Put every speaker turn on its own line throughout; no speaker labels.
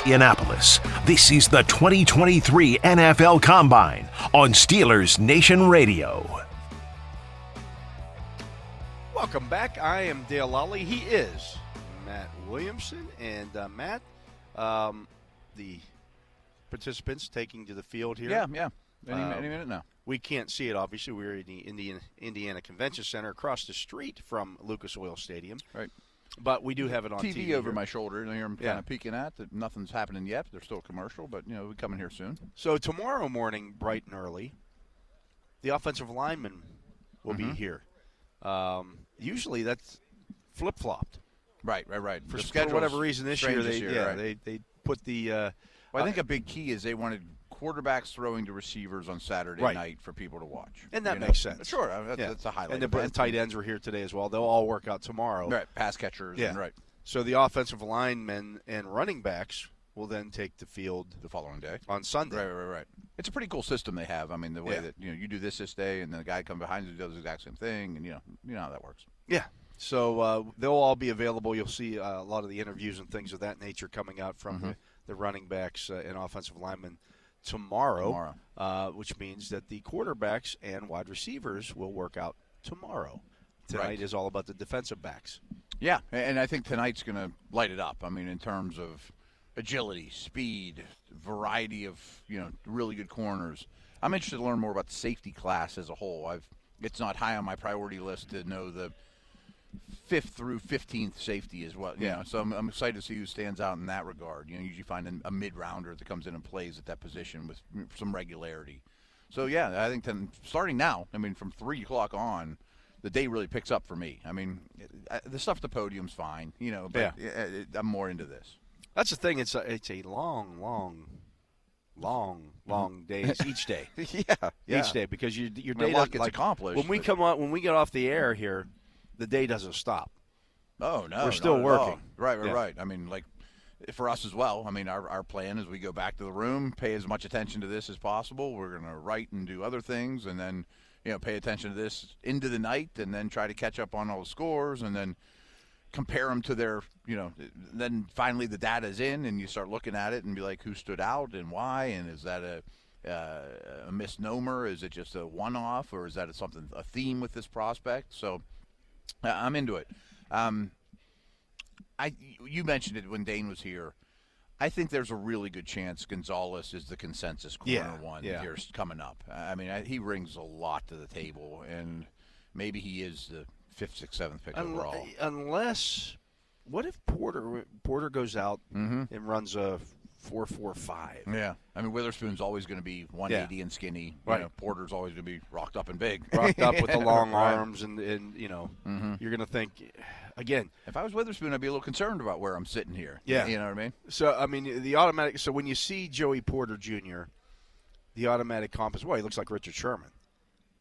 Indianapolis. This is the 2023 NFL Combine on Steelers Nation Radio.
Welcome back. I am Dale Lally. He is Matt Williamson. And uh, Matt, um, the participants taking to the field here. Uh,
Yeah, yeah. Any, any minute now.
We can't see it, obviously. We're in the Indiana, Indiana Convention Center across the street from Lucas Oil Stadium.
Right.
But we do have it on TV,
TV, over
here.
my shoulder, and here I'm
Yeah.
kind of peeking at that. Nothing's happening yet. They're still commercial, but you know we coming here soon.
So tomorrow morning, bright and early, the offensive lineman will
Mm-hmm.
be here. Um, usually that's flip flopped
Right, right, right.
for,
The
for whatever
schedule's
reason this
strange
year. They yeah
right.
they they put the uh,
Well, I think a big key is they wanted quarterbacks throwing to receivers on Saturday
Right.
night for people to watch,
and that
you know?
makes sense.
Sure, I mean, that's,
Yeah.
that's a highlight.
And the
But-
and tight ends were here today as well. They'll all work out tomorrow.
right? Pass catchers,
Yeah.
and right.
So the offensive linemen and running backs will then take the field
The following day.
on Sunday.
Right, right, right. It's a pretty cool system they have. I mean, the way
Yeah.
that you know you do this this day, and then the guy comes behind you does the exact same thing, and you know you know how that works.
Yeah. So uh, they'll all be available. You'll see uh, a lot of the interviews and things of that nature coming out from
Mm-hmm.
the, the running backs uh, and offensive linemen tomorrow,
Tomorrow.
Uh, which means that the quarterbacks and wide receivers will work out tomorrow. Tonight
Right.
is all about the defensive backs.
Yeah, a- and I think tonight's going to light it up. I mean, in terms of agility, speed, variety of you know really good corners. I'm interested to learn more about the safety class as a whole. I've it's not high on my priority list to know the fifth through fifteenth safety as well. You know, so I'm, I'm excited to see who stands out in that regard. You know, usually find an- a mid rounder that comes in and plays at that position with some regularity. So yeah, I think then starting now, I mean, from three o'clock on, the day really picks up for me. I mean, I- the stuff at the podium's fine, you know, but uh, I'm more into this.
That's the thing. It's a, it's a long, long, long, long days each day.
Mm-hmm. yeah,
Each day because you, your
I mean,
day
a lot
doesn't-
gets
like,
accomplished,
When we
but-
come on, when we get off the air here, the day doesn't stop.
Oh no,
We're still
not at
working.
all. Right, right,
Yeah.
right. I mean, like for us as well. I mean, our our plan is we go back to the room, pay as much attention to this as possible. We're gonna write and do other things, and then you know pay attention to this into the night, and then try to catch up on all the scores, and then compare them to their you know then finally the data's in and you start looking at it and be like who stood out and why and is that a uh, a misnomer is it just a one-off or is that something a theme with this prospect so I- i'm into it um, I you mentioned it when Dane was here. I think there's a really good chance Gonzalez is the consensus corner
Yeah,
one
yeah.
here coming up. I mean, I, he brings a lot to the table, and maybe he is the fifth, sixth, seventh pick
Unle-
overall.
Unless, what if Porter Porter goes out
Mm-hmm.
and runs a four four five?
Yeah, I mean Witherspoon's always going to be 180 and skinny. You
Right.
know, Porter's always going to be rocked up and big.
Rocked up with the long
Right. Mm-hmm.
arms, and, and you know, you're gonna think again.
If I was Witherspoon, I'd be a little concerned about where I'm sitting here.
Yeah.
you know what I mean.
So I mean, the automatic. So when you see Joey Porter Jr., the automatic comp is well, he looks like Richard Sherman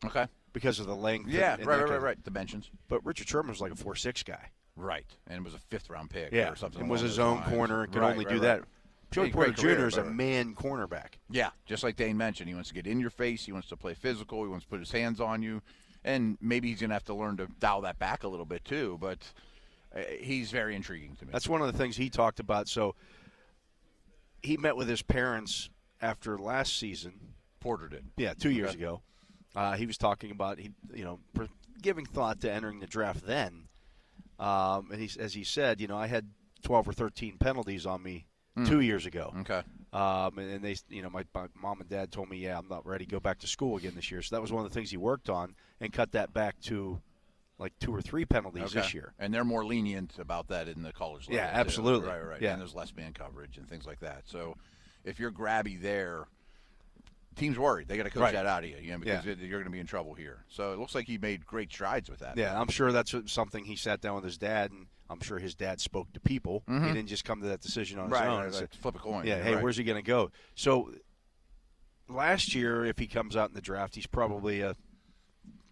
Okay.
because of the length. and-
Yeah,
and that
right, right,
kind
right,
of-
right. Dimensions.
But Richard Sherman was like a four six guy.
Right, and it was a fifth round pick or something.
and was
along
his
those
own
lines.
corner and could
Right,
only
right,
do
right.
that. Joey
Yeah,
Porter
great
Jr.
career,
is a
but-
man cornerback.
Yeah, just like Dane mentioned, he wants to get in your face. He wants to play physical. He wants to put his hands on you, and maybe he's gonna have to learn to dial that back a little bit too. But uh, he's very intriguing to me.
That's one of the things he talked about. So he met with his parents after last season.
Porter did.
Yeah, two years
Okay.
ago. Uh, he was talking about he, you know, pr- giving thought to entering the draft then. Um, and he, as he said, you know, I had 12 or 13 penalties on me two years ago.
Okay.
Um, and, and they, you know, my, my mom and dad told me, yeah, I'm not ready to go back to school again this year. So that was one of the things he worked on and cut that back to like two or three penalties
Okay.
this year.
And they're more lenient about that in the college level.
Yeah,
too.
absolutely.
Right, right.
Yeah.
And there's less man coverage and things like that. So if you're grabby there, team's worried. They got to coach
Right.
that out of you, you know, because
Yeah.
it- you're going to be in trouble here. So it looks like he made great strides with that.
Yeah, I'm sure that's something he sat down with his dad, and I'm sure his dad spoke to people. He didn't just come to that decision on
Mm-hmm. Right,
his own.
right,
and
right.
said,
Flip a coin.
yeah, hey,
Right.
where's he going to go? So last year, if he comes out in the draft, he's probably a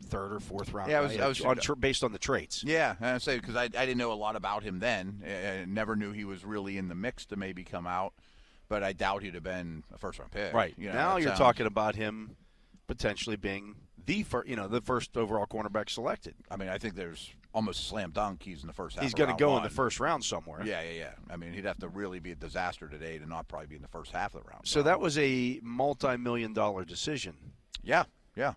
third or fourth round.
Yeah, I was-
guy,
I was-
on tra- based on the traits.
Yeah, I say because I, I didn't know a lot about him then. I, I never knew he was really in the mix to maybe come out, but I doubt he'd have been a first round pick.
Right
You know,
now,
that
you're
sounds-
talking about him potentially being the first, you know, the first overall cornerback selected.
I mean, I think there's almost slam dunk he's in the first half.
He's
of
going to
round
go
one.
in the first round somewhere.
Yeah, yeah, yeah. I mean, he'd have to really be a disaster today to not probably be in the first half of the round.
So that was a multi-million dollar decision.
yeah, yeah.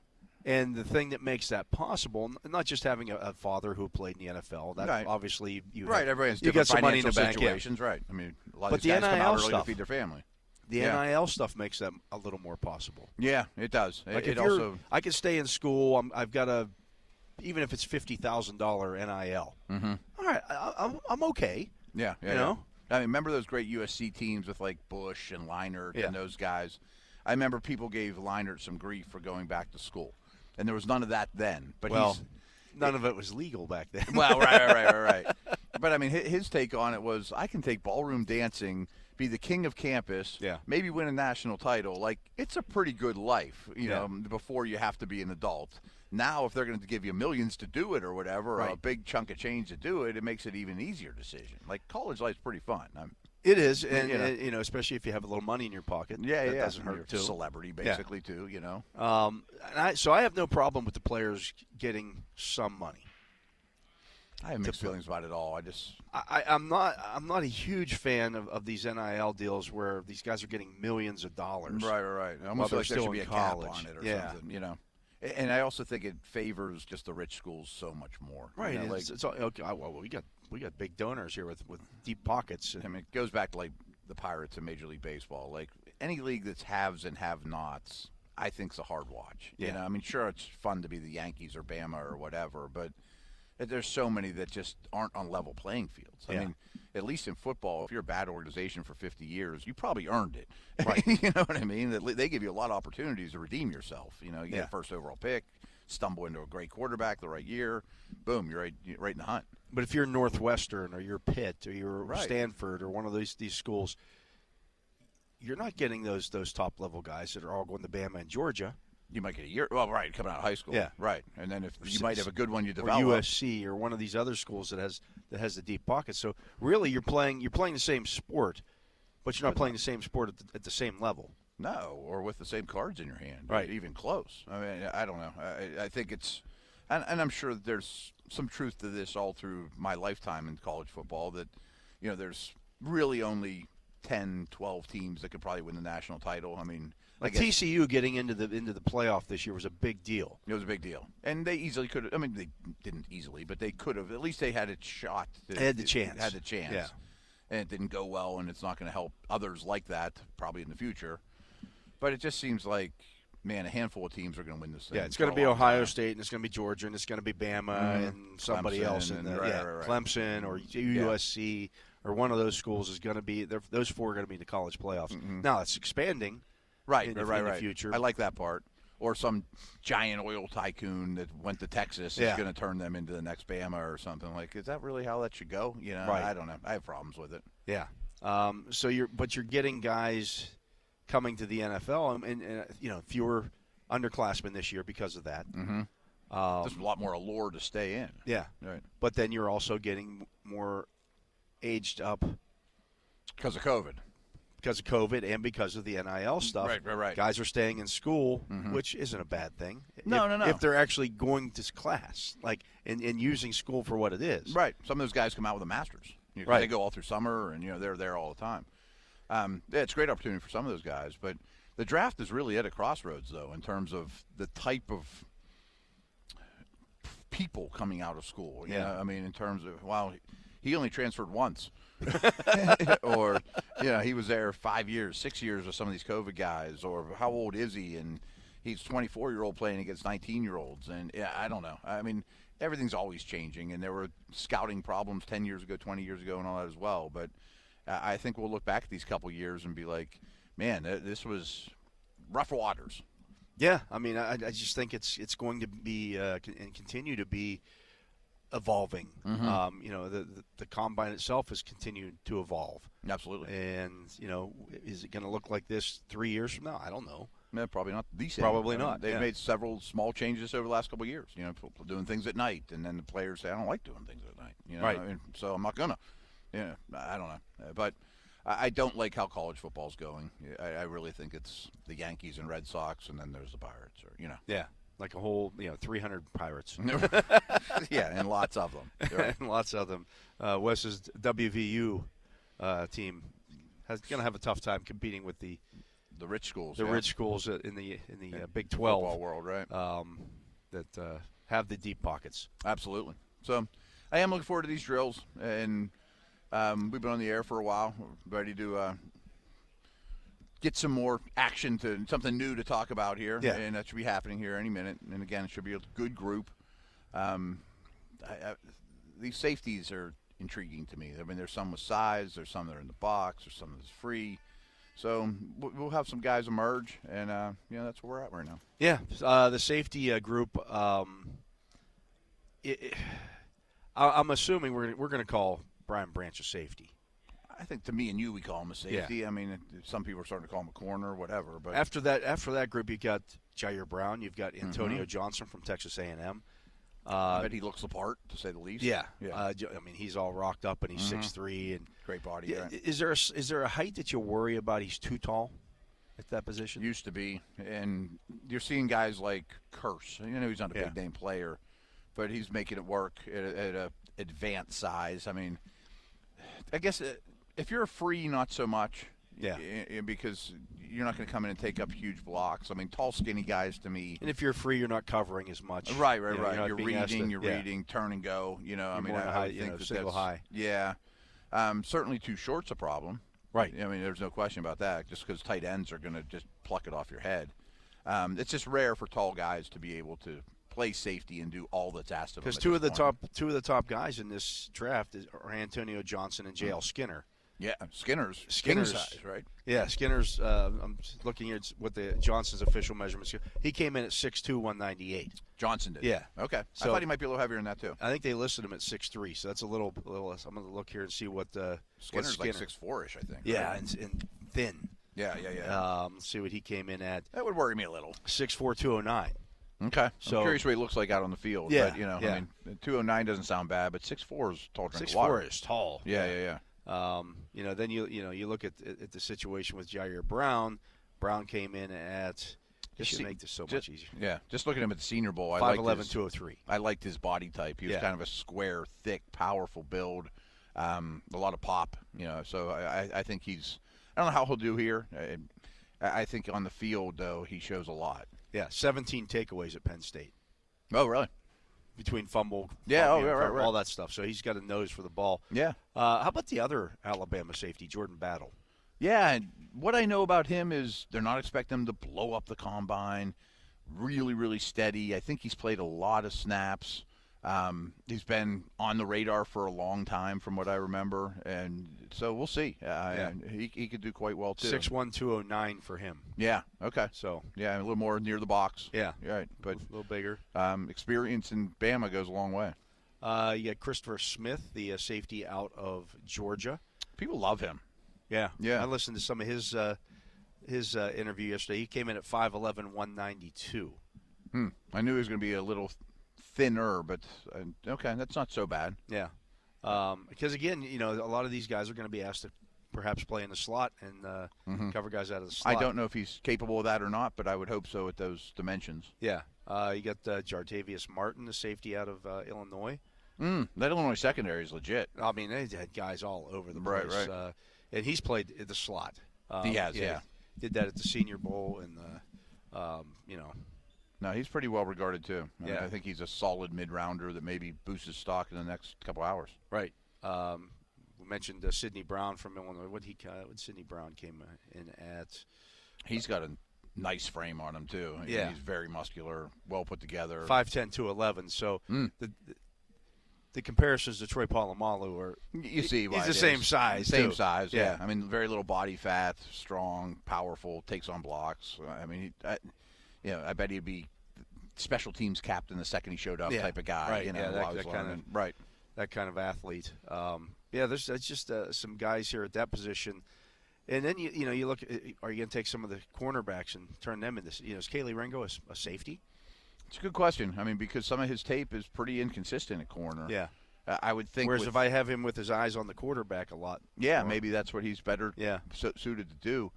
And the thing that makes that possible, n- not just having a, a father who played in the NFL, that
Right.
obviously you
Right,
have-
everyone's
you
different
got some money in
financial
the bank. yeah.
situations, right? I mean, a lot
But
of these
the
guys come out
NIL
early
stuff-
to feed their family.
The
Yeah.
NIL stuff makes that a little more possible.
Yeah, it does. It,
Like
it
if you're,
also
I could stay in school. I'm, I've got a, even if it's fifty thousand dollar nil. Mm-hmm. right, I, I'm I'm okay.
Yeah,
You
yeah. yeah.
know?
I mean, remember those great USC teams with like Bush and Leinert
Yeah.
and those guys. I remember people gave Leinert some grief for going back to school, and there was none of that then. But
Well,
he's,
none of it was legal back then.
well, right, right, right, right, right. But I mean, hi- his take on it was, I can take ballroom dancing, be the king of campus,
Yeah.
maybe win a national title. Like it's a pretty good life, you
Yeah.
know, before you have to be an adult. Now, if they're going to give you millions to do it or whatever, or a
Right.
big chunk of change to do it, it makes it even easier decision. Like college life's pretty fun. I'm,
It is, and
you know.
and, you know, especially if you have a little money in your pocket.
yeah,
that
yeah,
doesn't hurt too.
Celebrity, basically, too. You know,
Um, and I, so I have no problem with the players getting some money.
I have mixed feelings about it all. I just,
I, I- I'm not. I'm not a huge fan of, of these NIL deals where these guys are getting millions of dollars.
Right, right, right. I almost
they're
feel like there
still
should be
in
a cap
college.
on it or
Yeah.
something, you know. A- And I also think it favors just the rich schools so much more. you
Right.
know, like,
it's, it's all, okay. Well, we got we got big donors here with, with deep pockets.
I mean, it goes back to like the Pirates and Major League Baseball. Like any league that's haves and have-nots, I think's a hard watch. You
Yeah.
know, I mean, sure, it's fun to be the Yankees or Bama or whatever, but there's so many that just aren't on level playing fields. I
Yeah.
mean, at least in football, if you're a bad organization for 50 years, you probably earned it. Right. you know what I mean? That They give you a lot of opportunities to redeem yourself. You know, you
Yeah.
get a first overall pick, stumble into a great quarterback the right year, boom, you're right, you're right in the hunt.
But if you're Northwestern or you're Pitt or you're
Right.
Stanford or one of these these schools, you're not getting those those top level guys that are all going to Bama and Georgia
You might get a year. Well, right, coming out of high school.
Yeah.
right. And then if you
s-
might have a good one, you
or
develop.
USC or one of these other schools that has that has the deep pockets. So really, you're playing you're playing the same sport, but you're not playing the same sport at the, at the same level.
No, or with the same cards in your hand.
Right.
even close. I mean, I don't know. I, I think it's, and, and I'm sure that there's some truth to this all through my lifetime in college football. That you know, there's really only 10, 12 teams that could probably win the national title. I mean, I
Like
guess-
TCU getting into the into the playoff this year was a big deal.
It was a big deal, and they easily could. have I mean, they didn't easily, but they could have. At least they had a shot. to-
Had the chance.
Had the chance.
Yeah.
And it didn't go well, and it's not going to help others like that probably in the future. But it just seems like, man, a handful of teams are going to win this thing.
Yeah, it's going
for
to
a
be
long
Ohio
time. Mm-hmm.
State, and it's going to be Georgia, and it's going to be Bama and somebody
Clemson
else, in
and-
the,
right,
yeah,
right, Mm-hmm. right.
Clemson or USC or one of those schools is going to be. they're- Those four are going to be in the college playoffs.
Mm-hmm.
Now it's expanding.
Right,
in the-
right, right,
in the
right.
future.
I like that part. Or some giant oil tycoon that went to Texas
Yeah.
is going to turn them into the next Bama or something. Like, is that really how that should go? You know,
Right.
I don't know. I have problems with it.
Yeah. Um, so you're, but you're getting guys coming to the NFL, and, and, and you know fewer underclassmen this year because of that.
Mm-hmm. There's a
Um,
lot more allure to stay in.
Yeah.
Right.
But then you're also getting more aged up
Because of COVID.
because of COVID and because of the NIL stuff.
Right, right, right.
Guys are staying in school, which isn't a bad thing.
No,
if,
no, no.
If they're actually going to class, like and, and using school for what it is.
Right. Some of those guys come out with a master's. You know, 'cause
Right.
They go all through summer, and you know they're there all the time. Um, yeah, it's a great opportunity for some of those guys, but the draft is really at a crossroads, though, in terms of the type of people coming out of school. You
Yeah.
know? I mean, in terms of wow, he only transferred once, or you know, he was there five years, six years with some of these COVID guys, or how old is he? And he's 24 year old playing against 19 year olds, and yeah, I don't know. I mean, everything's always changing, and there were scouting problems 10 years ago, 20 years ago, and all that as well. But I I think we'll look back at these couple years and be like, man, th- this was rough waters.
Yeah. I mean, I, I just think it's it's going to be uh, con- and continue to be evolving. Um, you know, the, the the combine itself has continued to evolve,
Absolutely.
and you know, is it going to look like this three years from now? I don't know.
No, probably not. The same.
Probably
I mean,
not,
They've
yeah.
made several small changes over the last couple of years. You know, people doing things at night, and then the players say, "I don't like doing things at night." You know,
Right.
I mean, so I'm not gonna. Yeah, I don't know, Uh, but I I don't like how college football's going. I, I really think it's the Yankees and Red Sox, and then there's the Pirates, or you know,
Yeah. like a whole you know 300 pirates
yeah, and lots of them. They're-
and lots of them. Uh, Wes's WVU uh, team has going to have a tough time competing with the
the rich schools.
the
yeah.
rich schools uh, in the in the uh, Big
football
12
world, right?
um, that uh, have the deep pockets.
Absolutely. So, I am looking forward to these drills, and um, we've been on the air for a while, We're ready to uh, get some more action to something new to talk about here,
Yeah.
and that should be happening here any minute. And again, it should be a good group. Um, I, I, these safeties are intriguing to me. I mean, there's some with size, there's some that are in the box, there's some that's free. So we'll we'll have some guys emerge, and uh, you know that's where we're at right now.
Yeah, uh, the safety uh, group. Um, it, it- I, I'm assuming we're gonna- we're going to call Brian Branch a safety.
I think to me and you, we call him a safety. I mean, it- some people are starting to call him a corner or whatever. But
After that, after that group, you've got Jair Brown, you've got
Mm-hmm.
Antonio Johnson from Texas A&M.
I
Uh,
bet he looks the part, to say the least.
yeah,
yeah. Mm-hmm.
Uh, J- I mean he's all rocked up and he's six three and
Great body.
Yeah,
right?
Is there a, s- is there a height that you worry about? He's too tall at that position.
Used to be, and you're seeing guys like Curse. You know, he's not a
Yeah.
big name player, but he's making it work at a, at a advanced size. I mean, I guess uh, if you're a free, not so much.
Yeah.
y- y- because you're not going to come in and take up huge blocks. I mean, tall, skinny guys to me.
and if you're free, you're not covering as much.
Right, right,
You know,
right.
not
You're,
being asked
reading,
to-
you're
yeah.
reading, turn and go. You know, I
You're
mean,
more
I, I
high,
would
you
think
know,
that
single
that's,
high.
Yeah, um, certainly too short's a problem.
Right.
I mean, there's no question about that. Just because tight ends are going to just pluck it off your head. Um, it's just rare for tall guys to be able to play safety and do all that's asked of them.
Because
at
two
this
of the
point.
top two of the top guys in this draft is, are Antonio Johnson and
Mm.
JL Skinner.
yeah, Skinner's
Skinner's-
king size, right?
Yeah, Skinner's. Uh, I'm s- looking at what the Johnson's official measurements. He came in at 6'2", 198.
Johnson did.
Yeah.
Okay.
So-
I thought he might be a little heavier than that too.
I think they listed him at 6'3", so that's a little, a little less. I'm going to look here and see what uh, what
Skinner's
Skinner.
like six four ish, I think.
yeah,
right?
and, and thin.
Yeah, yeah, yeah.
Um, let's see what he came in at
that would worry me a little.
six four two oh nine.
Okay.
So-
I'm curious what he looks like out on the field.
Yeah,
But, you know,
yeah.
I mean, 209 doesn't sound bad, but 6'4 is tall drink
Six
of water.
four is tall.
Yeah, yeah, yeah.
Um, you know, then you you know you look at at the situation with Jair Brown. Brown came in at. This should
see-
make this so
just-
much easier.
Yeah. Just looking at him at the Senior Bowl, I liked,
5'11",
his,
203.
I liked his body type. He was
Yeah.
kind of a square, thick, powerful build, um, a lot of pop, you know. So I, I- I think he's – I don't know how he'll do here. I, I think on the field, though, he shows a lot.
Yeah, seventeen takeaways at Penn State
Oh, really?
between fumble,
Yeah,
fumble,
oh, yeah, right,
fumble, all
right.
that stuff. So he's got a nose for the ball.
Yeah.
Uh, how about the other Alabama safety, Jordan Battle?
Yeah, and what I know about him is they're not expecting him to blow up the combine. Really, really steady. I think he's played a lot of snaps. Um, he's been on the radar for a long time, from what I remember, and so we'll see. Uh, and he, he could do quite well too.
Six one two oh nine for him.
Yeah. Okay.
So
Yeah, a little more near the box.
yeah,
Right. But
a little bigger.
um, experience in Bama goes a long way.
Uh, you got Christopher Smith, the uh, safety out of Georgia.
People love him.
Yeah,
Yeah.
I listened to some of his uh, his uh, interview yesterday. He came in at 5'11", 192.
Hmm. I knew he was going to be a little thinner, but uh, okay, that's not so bad.
Yeah, um, because again, you know, a lot of these guys are going to be asked to perhaps play in the slot and uh, cover guys out of the
Mm-hmm. I
slot.
don't know if he's capable of that or not, but I would hope so at those dimensions.
Yeah, uh, you got uh, Jartavius Martin, the safety out of uh, Illinois.
Mm, that Illinois secondary is legit.
I mean, they had guys all over the
Right,
place,
right.
Uh, and he's played at the slot. Um,
He has, yeah.
Did that at the Senior Bowl and the, um, you know,
No, he's pretty well regarded too. I, mean,
Yeah.
I think he's a solid mid rounder that maybe boosts his stock in the next couple hours.
Right. Um, we mentioned uh, Sidney Brown from Illinois. What he uh, what Sidney Brown came uh, in at
He's got a nice frame on him too. I mean,
Yeah.
he's very muscular, well put together.
5'10", 211. So
Hmm.
the, the the comparisons to Troy Polamalu are
You see, why
he's the
it is.
same size,
Same
too.
size, yeah.
Yeah.
I mean, very little body fat, strong, powerful, takes on blocks. Uh, I mean, he, I, you know, I bet he'd be special teams captain the second he showed up
Yeah,
type of guy.
right,
You know,
yeah, that-
while he's
that kinda-
learning. right.
that kind of athlete. Um, yeah, there's that's just uh, some guys here at that position. And then you you know you look at- are you going to take some of the cornerbacks and turn them into you know is Kaylee Ringo a, s- a safety?
It's a good question. I mean, because some of his tape is pretty inconsistent at corner.
Yeah.
Uh, I would think.
Whereas
with-
if I have him with his eyes on the quarterback a lot,
yeah,
more-
maybe that's what he's better
Yeah.
su- suited to do.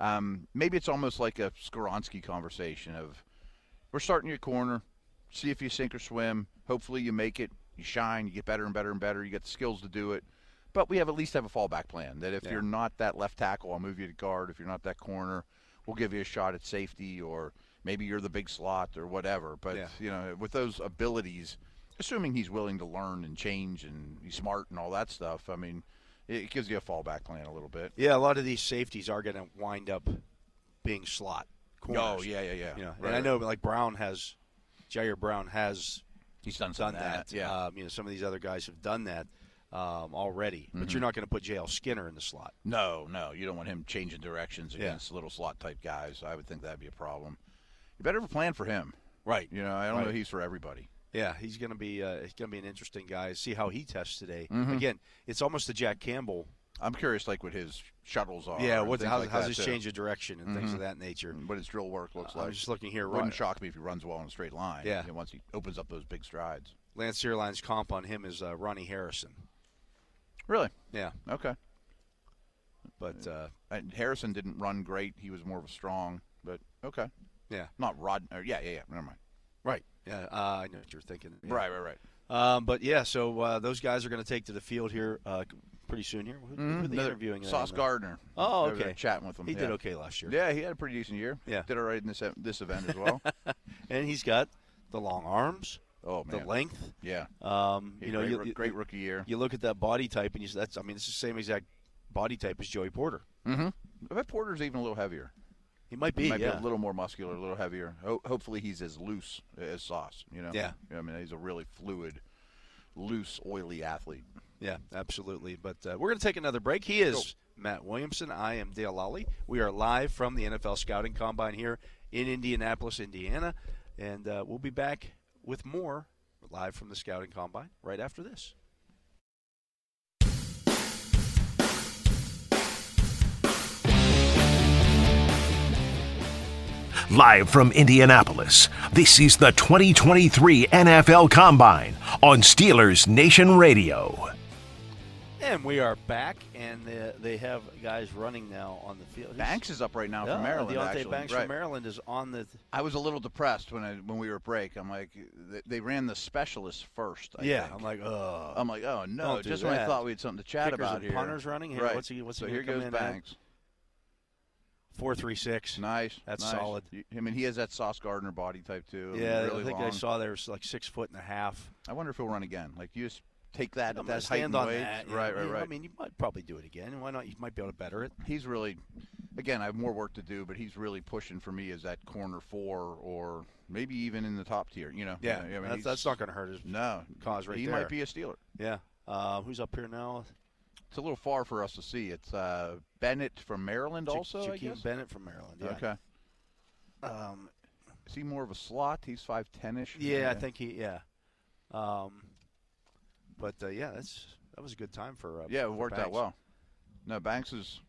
Um, maybe it's almost like a Skoronsky conversation of we're starting your corner. See if you sink or swim. Hopefully you make it. You shine. You get better and better and better. You get the skills to do it. But we have at least have a fallback plan that if
Yeah.
you're not that left tackle, I'll move you to guard. If you're not that corner, we'll give you a shot at safety or maybe you're the big slot or whatever. But
Yeah.
you know, with those abilities, assuming he's willing to learn and change and he's smart and all that stuff, I mean, it gives you a fallback plan a little bit.
Yeah, a lot of these safeties are going to wind up being slot corners.
Oh yeah, yeah, yeah.
You know,
Right.
and I know like Brown has, Jair Brown has
he's done some
done
of
that.
Yeah,
Um, you know, some of these other guys have done that um, already. But you're not going to put J.L. Skinner in the slot.
No, no, you don't want him changing directions against little slot type guys. I would think that'd be a problem. You better have a plan for him.
Right.
You know, I don't know
Right.
he's for everybody.
Yeah, he's going to be uh, he's going to be an interesting guy. See how he tests today. Again, it's almost the Jack Campbell.
I'm curious, like what his shuttles are.
yeah,
and
what
things
how's,
like
how's
that,
his
too.
change of direction and things of that nature.
What his drill work looks
Mm-hmm. I'm
like.
just looking here.
Wouldn't
Right,
shock me if he runs well in a straight line.
Yeah.
you know, once he opens up those big strides.
Lance Searline's comp on him is uh, Ronnie Harrison.
Really?
Yeah,
Okay.
but uh,
And Harrison didn't run great. He was more of a strong, but okay.
yeah,
Not Rod. Or, yeah, yeah, yeah. Never mind.
right. Yeah, uh, I know what you're thinking. Yeah.
Right, right, right.
Um, but yeah, so uh, those guys are going to take to the field here uh, pretty soon. Here, who, who are they
Another-
interviewing?
Mm-hmm. Sauce
Uh,
Gardner.
Oh,
They were
okay.
Chatting with him.
He
yeah.
did okay last year,
Yeah, he had a pretty decent year.
Yeah.
Did all right in this e, this event as well.
and he's got the long arms,
oh man.
the length.
Yeah.
Um, you know,
great,
you-
roo-
you,
great rookie year.
you look at that body type and you say, that's I mean it's the same exact body type as Joey Porter.
I bet Porter's even a little heavier.
He might be,
He might
yeah.
be a little more muscular, a little heavier. Ho- hopefully, he's as loose as Sauce. You know.
Yeah.
I mean, he's a really fluid, loose, oily athlete.
Yeah, absolutely. But uh, we're going to take another break. He is Matt Williamson. I am Dale Lally. We are live from the NFL Scouting Combine here in Indianapolis, Indiana, and uh, we'll be back with more live from the Scouting Combine right after this.
Live from Indianapolis, this is the 2023 NFL Combine on Steelers Nation Radio.
And we are back, and uh, they have guys running now on the field. Who's-
Banks is up right now
Yeah,
from Maryland.
Deontay
actually.
Banks
Right.
from Maryland is on the.
I was a little depressed when I when we were at break. I'm like, th- they ran the specialist first. I
yeah,
think.
I'm like, oh,
I'm like, oh no!
Don't do
Just when I
that.
thought we had something to chat
Kickers
about
and
here.
punters running. Here,
right?
what's he- what's he
so
gonna
here
come
goes
in at?
Banks.
four three six.
Nice.
That's
nice.
solid.
You- I mean, he has that Sauce Gardner body type too. I mean,
Yeah,
really
I think I
long.
saw there was like six foot and a half.
I wonder if he'll run again. Like you just take that
I'm
at
gonna
that height
stand
and
on
weight.
that. yeah.
Right, right,
Yeah,
right.
I mean, you might probably do it again. Why not? You might be able to better it.
he's really, again, I have more work to do, but he's really pushing for me as that corner four or maybe even in the top tier. You know. I mean,
that's,
he's-
that's not going to hurt his
no
cause right
He
there.
might be a Steeler.
Yeah. Uh, who's up here now?
It's a little far for us to see. It's uh, Bennett from Maryland,
Ja-
also. I
Jakeem
guess.
Bennett from Maryland. Yeah.
Okay.
Um,
Is he more of a slot? He's five ten ish.
yeah, I think he. Yeah. Um, but uh, yeah, that's that was a good time for. Uh,
Yeah, it
for
worked out
Banks.
well. No, Banks is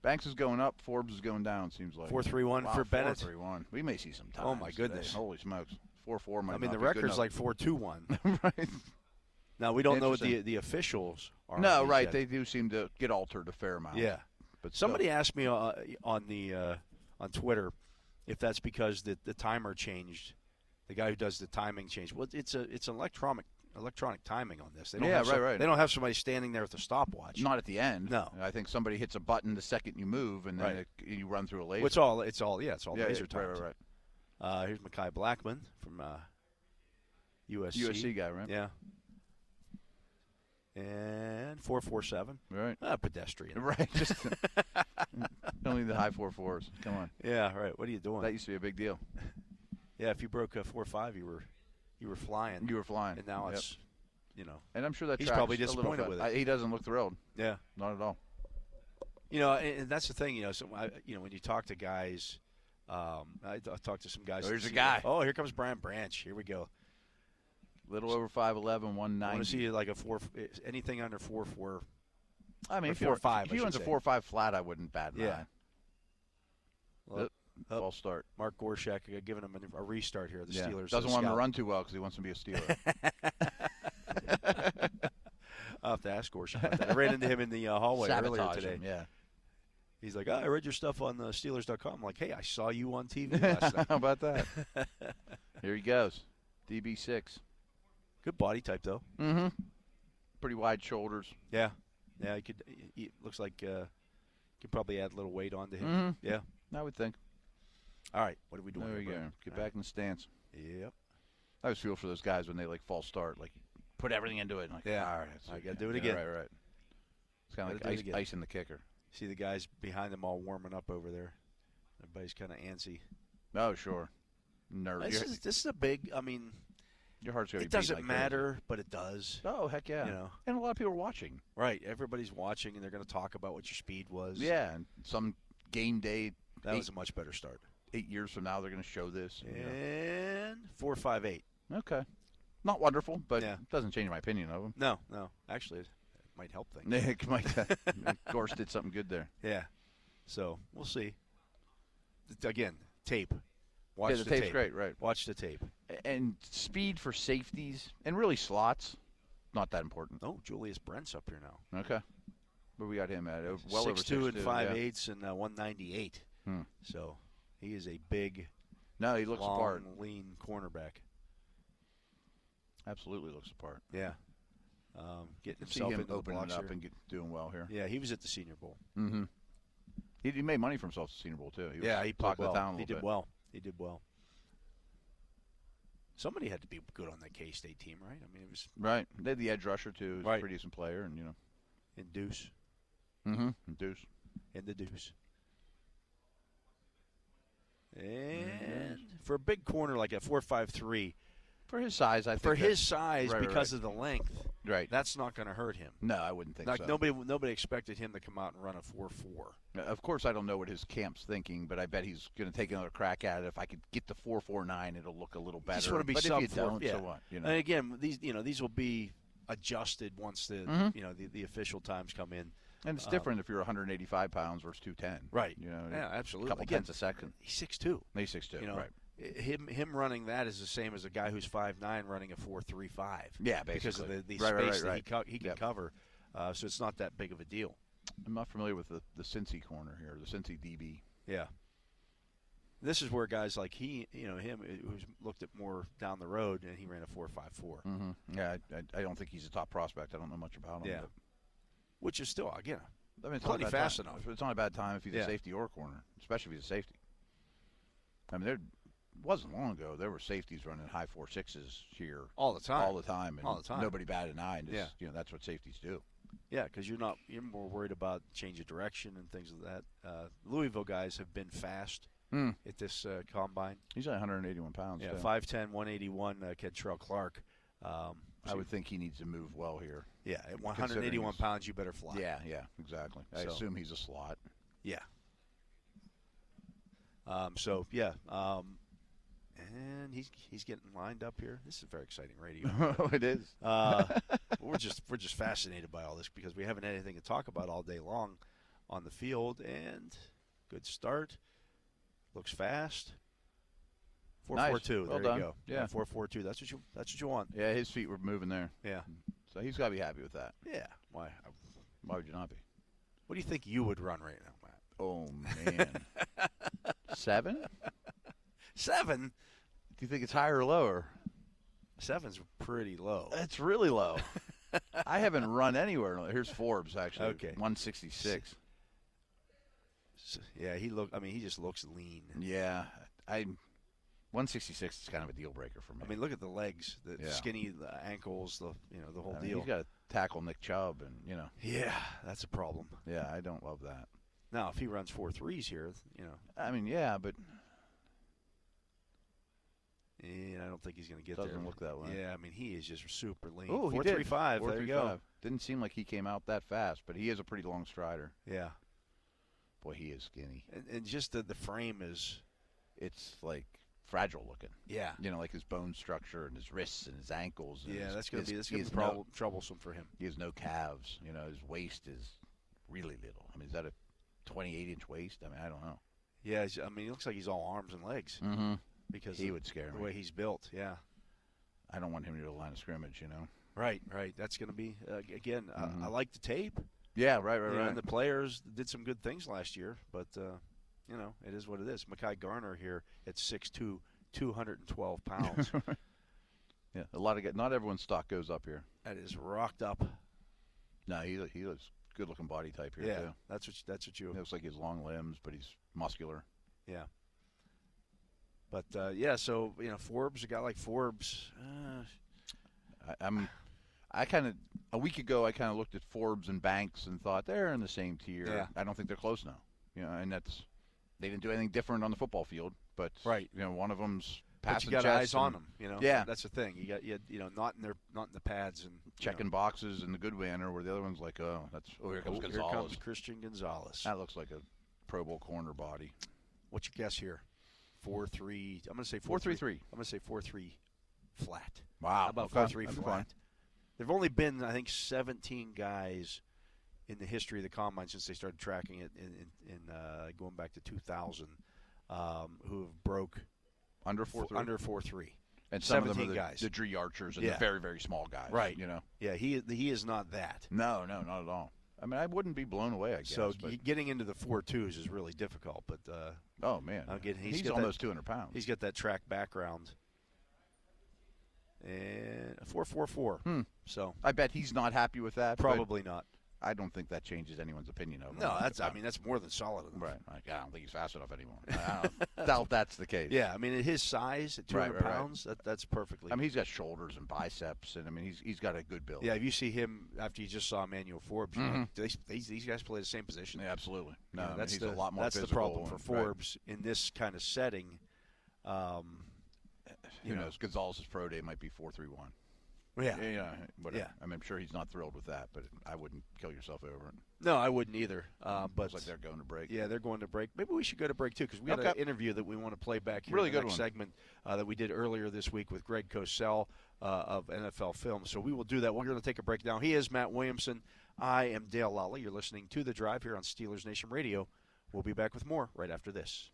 Banks is going up. Forbes is going down. Seems like
Four three one
Wow,
for Bennett.
Four three one. We may see some time.
Oh, my goodness.
Holy smokes! Four four. Might
I mean,
not
the
be good
record's like
enough.
four two one.
right.
Now we don't know what the
Interesting.
the officials are. on
No,
these
right.
yet.
They do seem to get altered a fair amount.
Yeah.
but still.
Somebody asked me uh, on the uh, on Twitter if that's because the the timer changed. The guy who does the timing changed. Well, it's a it's an electronic electronic timing on this. They don't
Yeah,
have some-
right, right.
They don't have somebody standing there with a stopwatch.
Not at the end.
No.
I think somebody hits a button the second you move, and then
Right.
it- you run through a laser.
Well, it's all it's all yeah, it's all
yeah,
laser
yeah, right,
timed.
right, right.
Uh, here's Makai Blackman from uh, USC.
USC guy, right?
Yeah. And four four seven.
Right.
Ah, pedestrian.
Right. Just only the high four fours. Come on.
Yeah, right. What are you doing?
That used to be a big deal.
yeah, if you broke a four five, you were you were flying.
You were flying.
and now
Yep.
it's you know
And I'm sure that
He's
track's
probably
a little
disappointed
fa-
with it.
I- he doesn't look thrilled.
yeah
Not at all.
you know and, and that's the thing you know so I, you know when you talk to guys um, I, t- I talked to some guys.
There's
that
a
see-
guy.
Oh, here comes Brian Branch. Here we go.
Little over 5'11",
I want to
190.
see like a four, anything under four four.
I mean,
or
if you
four
were-
five, I
If you
should
went to
say.
four five flat, I wouldn't bat an
Yeah.
eye.
Well,
Yep.
Up.
False start.
Mark Gorshak uh, giving him a, a restart here. The
Yeah.
Steelers
doesn't
uh,
want him to
scout.
run too well because he wants him to be a Steeler.
I have to ask Gorshak. About that. I ran into him in the uh, hallway earlier
Sabotage
today.
him, Yeah.
He's like, oh, I read your stuff on uh, Steelers.com. I'm like, hey, I saw you on TV last night.
How about that? Here he goes. DB6.
Good body type, though.
Mm-hmm. Pretty wide shoulders.
Yeah. Yeah, he could. He, he looks like uh, could probably add a little weight onto him.
Mhm.
Yeah.
I would think.
All right. What are we doing?
There we go.
here, Bert?
Get
All
back in the stance.
right. Yep.
I always feel for those guys when they like false start, like put everything into it. and, Like,
Yeah.
all right,
I
okay.
gotta do it
Yeah,
again.
Right, right. It's kind
Gotta
of like
do it
ice,
again.
icing the kicker.
See the guys behind them all warming up over there. Everybody's kind of antsy.
Oh, sure. Nerves.
This
Your,
is, this is a big. I mean,
your heart's gonna
it
be beating
doesn't
like crazy.
matter, but it does.
Oh, heck yeah.
You know,
And a lot of people are watching.
right? Everybody's watching, and they're going to talk about what your speed was.
Yeah, and some game day
that
eight,
was a much better start.
eight years from now they're going to show this. you know.
And four, five, eight.
Okay. Not wonderful, but
Yeah.
it doesn't change my opinion of them.
No, no. Actually, it might help things.
Nick, Mike, Gorse did something good there.
Yeah. So we'll see. Th- Again, tape. Watch
yeah, the, tape's
tape.
great, right?
Watch the tape.
And speed for safeties and really slots, not that important.
Oh, Julius Brent's up here now.
Okay. But we got him at o- well over
six two and
two,
five
yeah.
eighths and uh, one ninety eight.
Hmm.
So he is a big,
No, he looks
long,
apart.
lean cornerback.
Absolutely looks apart.
Yeah, um, getting
See
himself
him
into the
opening it
blocks
up
here.
and get, doing well here.
yeah, he was at the Senior Bowl.
Mm-hmm. He, he made money for himself at the Senior Bowl too. was
yeah, he
talk
played well.
of the town a
he
little
did
bit.
well. He did well. Somebody had to be good on that K State team, right? I mean, it was
Right. They had the edge rusher too. He's
Right.
a pretty decent player, and you know.
in Deuce
Mm-hmm. Deuce.
and the Deuce.
Mm-hmm.
And for a big corner like a four five three,
For his size, I think.
for
that-
his size
right, right,
because of the length,
right.
that's not going to hurt him.
no, I wouldn't think
Like
so. Uh,
nobody, nobody expected him to come out and run a four-four.
Of course, I don't know what his camp's thinking, but I bet he's going to take another crack at it. If I could get the four four nine, it'll look a little better.
just wanna be
but if
sub
you
four-
don't,
yeah.
so what? You know,
And again, these you know these will be adjusted once the
Mhm.
you know the, the official times come in.
and it's
um,
different if you're 185 pounds versus 210.
Right.
You know,
Yeah,
a
absolutely.
Oh, couple
again,
tenths a second.
he's six-two.
He's six two.
You know,
right.
I- him him running that is the same as a guy who's five-nine running a four-three-five
Yeah, basically.
because of the, the space
right, right, right,
that
right.
he co- he can
Yep.
cover. Uh, so it's not that big of a deal.
I'm not familiar with the the Cincy corner here, the Cincy DB.
Yeah. This is where guys like he, you know, him, uh, who's looked at more down the road, and he ran a four-five-four.
Mm-hmm. Yeah, I, I, I don't think he's a top prospect. I don't know much about him.
Yeah. which is still again
but- I mean, it's
Plenty
not a bad
fast
time.
enough.
It's not a bad time if he's
Yeah.
a safety or a corner, especially if he's a safety. I mean, there wasn't long ago there were safeties running high four sixes here
all the time.
all the time, and
All the time.
nobody batted an eye. And just,
Yeah.
you know that's what safeties do.
yeah, because you're not you're more worried about change of direction and things like that. Uh, Louisville guys have been fast
Hmm.
at this uh, combine.
He's at 181 pounds.
Yeah,
so
5'10", 181, uh, Kentrell Clark. Um,
I would think he needs to move well here.
yeah, at 181
he's-
pounds, you better fly.
Yeah, yeah, exactly. I
So-
assume he's a slot.
yeah. Um, so yeah, um, and he's he's getting lined up here. This is very exciting radio.
it is.
Uh, we're just we're just fascinated by all this because we haven't had anything to talk about all day long on the field. And good start. Looks fast. Four
Nice.
four two.
Well
there
done.
you go.
Yeah.
four four two. That's what you that's what you want.
Yeah, his feet were moving there,
Yeah.
so he's got to be happy with that.
Yeah. Why?
Why would you not be?
What do you think you would run right now, Matt?
Oh man, seven? Do
Seven.
you think it's higher or lower?
Seven's pretty low.
That's really low. I haven't run anywhere. Here's Forbes actually.
Okay.
166.
So, yeah, he look. I mean, he just looks lean.
Yeah, I 166 is kind of a deal breaker for me.
I mean, look at the legs, the
Yeah.
skinny the ankles, the you know the whole
I mean,
deal.
He's got to tackle Nick Chubb, and you know,
yeah, that's a problem.
yeah, I don't love that.
Now, if he runs four threes here, you know,
I mean, yeah, but
And I don't think he's going to
it
get
doesn't
there.
look that way.
Yeah, I mean he is just super lean.
Oh, he
Four,
did.
three, five.
Four,
there
three,
you go.
five. Didn't seem like he came out that fast, but he is a pretty long strider.
Yeah,
Boy, he is skinny.
and, and just the, the frame is
It's like fragile looking.
yeah,
You know, like his bone structure and his wrists and his ankles. And
yeah.
his-
That's going
his-
to be that's
he
going to
has
be
no-
prob- troublesome for him.
He has no calves. You know, his waist is really little. I mean, is that a 28 inch waist? I mean, I don't know.
Yeah, he's- I mean he looks like he's all arms and legs
Mm-hmm.
because
He
of
would scare
the
me.
way he's built. Yeah,
I don't want him near the line of scrimmage. You know.
right, right. That's going to be uh, again. I-
Mhm.
I, like the tape.
Yeah, right, right,
You know,
right.
And the players did some good things last year, but uh, you know it is what it is. Makai Garner here at 6'2", 212 pounds.
yeah, a lot of get. Not everyone's stock goes up here.
that is rocked up.
No, he lo- he looks good looking body type here
yeah,
too.
that's what that's what you.
He looks like he's long limbs, but he's muscular.
Yeah. But uh, yeah, so you know Forbes, a guy like Forbes, uh,
I, I'm, I kind of a week ago I kind of looked at Forbes and Banks and thought they're in the same tier.
Yeah.
I don't think they're close now. You know, and that's they didn't do anything different on the football field, but
Right.
You know, one of them's
but
passing
you got
chess
eyes on
and
them. You know,
Yeah.
that's the thing. You got you, you know not in their not in the pads and you
checking
know,
boxes and the good manner, where the other one's like, oh, that's oh here comes
oh, here
Gonzalez.
comes Christian Gonzalez.
That looks like a Pro Bowl corner body.
What's your guess here? Four three. I'm going to say four
Four
three
three three.
I'm going to say four three flat.
Wow,
How about
okay,
four three
that's
flat?
fine.
There've only been I think 17 guys in the history of the combine since they started tracking it in, in, in uh, going back to 2000 um, who have broke
Under
four,
four three.
under four three.
and some of them
17
are the,
guys.
the Dree Archers and
Yeah.
the very very small guys.
Right.
You know.
Yeah, he he is not that.
No, no, not at all. I mean, I wouldn't be blown away. I guess.
so
but,
g- getting into the four twos is really difficult, but uh,
oh man,
I'll get- he's
he's,
got that-
almost 200 pounds.
he's got that track background. And four four four.
Hmm.
So
I bet he's not happy with that. but
probably not.
I don't think that changes anyone's opinion of him.
No, that's I mean that's more than solid enough.
Right. Like, I don't think he's fast enough anymore. I don't doubt that's the case.
Yeah, I mean at his size at 200
Right, right, right.
pounds, that, that's perfectly.
I mean, he's got shoulders and biceps, and I mean, he's he's got a good build.
yeah, if you see him after you just saw Emmanuel Forbes, you're like, "Do they- these, these guys play the same position.
Yeah, absolutely.
You know,
No, I mean,
that's
he's
the
a lot more
that's
physical
the problem for
and- right.
Forbes in this kind of setting. Um,
Who knows? Gonzalez's pro day might be four three one.
yeah.
Yeah, yeah, whatever.
Yeah.
I mean, I'm sure he's not thrilled with that, but I wouldn't kill yourself over it.
no, I wouldn't either. Uh, but
Looks like they're going to break.
yeah, they're going to break. Maybe we should go to break too because we got
Okay.
an interview that we want to play back here.
Really
in the
good
next
one.
segment uh, that we did earlier this week with Greg Cosell uh, of NFL Film. So we will do that. We're going to take a break now. He is Matt Williamson. I am Dale Lally. You're listening to the Drive here on Steelers Nation Radio. We'll be back with more right after this.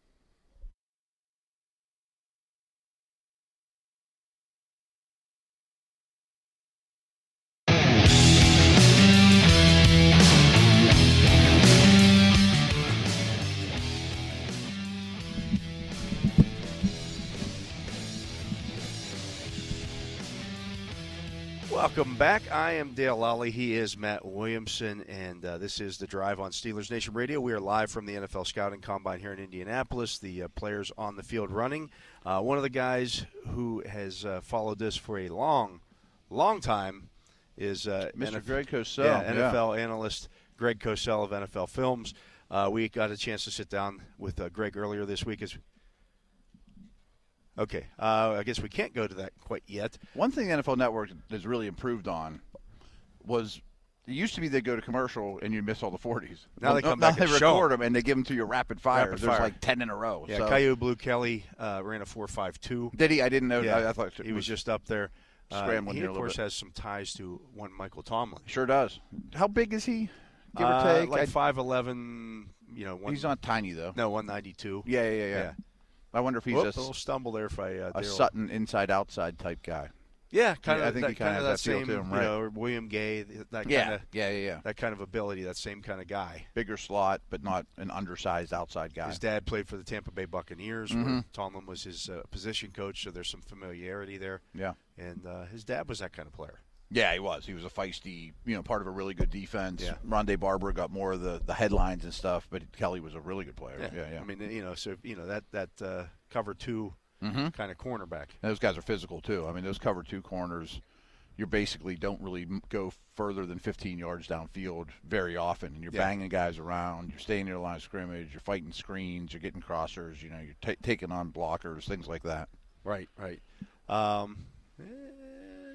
Welcome back. I am Dale Lally. He is Matt Williamson, and uh, this is the Drive on Steelers Nation Radio. We are live from the NFL Scouting Combine here in Indianapolis. The uh, players on the field running. Uh, one of the guys who has uh, followed this for a long, long time is uh,
Mr.
NFL
Greg Cosell.
yeah, NFL analyst Greg Cosell of NFL Films. Uh, we got a chance to sit down with uh, Greg earlier this week. As okay, uh, I guess we can't go to that quite yet.
One thing the NFL Network has really improved on was it used to be they go to commercial and you miss all the 40s.
Now they come
now
back
they
and show
record them and they give them to you rapid fire.
Rapid
There's
fire.
like 10 in a row.
Yeah,
so-
Caillou Blue Kelly uh, ran a four five two.
Did he? I didn't know.
Yeah,
I, I thought
he was just up there. Uh,
scrambling
he
here a
of
little
course
bit.
has some ties to one Michael Tomlin.
Sure does. How big is he? Give or
Uh,
take.
like
I-
five eleven. You know, one,
he's not tiny though.
no one ninety two.
Yeah, yeah, yeah, yeah.
Yeah.
I wonder if he's
Whoop, a
a,
little stumble there if I uh,
a
Daryl-
Sutton inside outside type guy.
Yeah, kind
Yeah, I
of.
think
that,
he kinda
kinda
has
that
that feel
same,
to him,
You
right.
know, or William Gay. th- That kind of
yeah, yeah, yeah.
that kind of ability. That same kind of guy.
Bigger slot, but not an undersized outside guy.
His dad played for the Tampa Bay Buccaneers. Where
Mm-hmm.
Tomlin was his uh, position coach, so there's some familiarity there.
Yeah.
And uh, his dad was that kind of player.
Yeah, he was. He was a feisty, you know, part of a really good defense.
Yeah.
Rondé Barber got more of the, the headlines and stuff, but Kelly was a really good player. Yeah, yeah.
I mean, you know, so you know that that uh, cover 2
Mm-hmm.
kind of cornerback.
And those guys are physical too. I mean, those cover two corners, you basically don't really m- go further than 15 yards downfield very often, and you're
Yeah.
banging guys around. You're staying near the line of scrimmage. You're fighting screens. You're getting crossers. You know, you're ta taking on blockers, things like that.
Right, right. Um,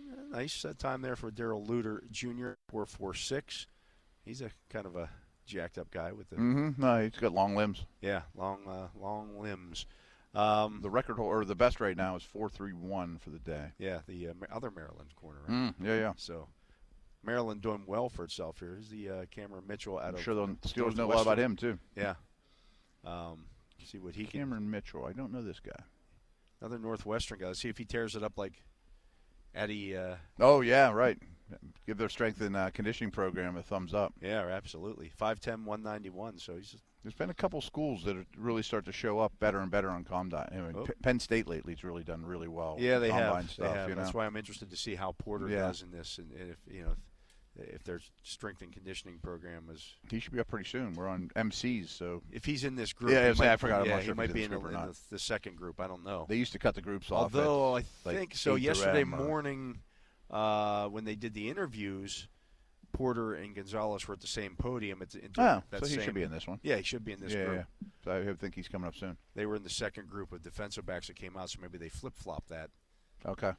and a nice uh, time there for Daryl Luter Jr. Four four six. He's a kind of a jacked up guy with the
Mm-hmm. No, he's got long limbs.
yeah long uh, long limbs. Um,
The record hol- or the best right now is 4-3-1 for the day.
yeah, the uh, Ma- other Maryland corner. Right?
Mm, yeah, yeah.
So Maryland doing well for itself here. Here's the uh, Cameron Mitchell out
I'm
of
sure the Steelers know a lot about him too.
yeah. Um, see what he can
Cameron Mitchell. I don't know this guy.
Another Northwestern guy. Let's see if he tears it up like Eddie. Uh,
Oh yeah, right. Give their strength and uh, conditioning program a thumbs up.
Yeah, absolutely. 5'10", 191. So he's
There's been a couple schools that are, really start to show up better and better on Comdot. Anyway,
Oh.
P- Penn State lately's really done really well.
yeah,
with
they
Oh, combine
have.
stuff.
they have.
You know?
That's why I'm interested to see how Porter
Yeah.
does in this, and, and if you know if, if their strength and conditioning program is
he should be up pretty soon. We're on MCs, so
if he's in this group.
Yeah, I
he
was gonna say,
might-
I forgot. I'm
Yeah,
not
he
sure if
might
he's in
be
this
in, the,
group or
in
not.
the, the second group. I don't know.
they used to cut the groups off. at-
Although I
like,
think so.
8 through
Yesterday
M or-
morning, uh, when they did the interviews, Porter and Gonzalez were at the same podium. At the, in
oh,
that
so he
same-
should be in this one.
Yeah, he should be in this
yeah,
group.
yeah. So I think he's coming up soon.
They were in the second group of defensive backs that came out, so maybe they flip flopped that.
Okay.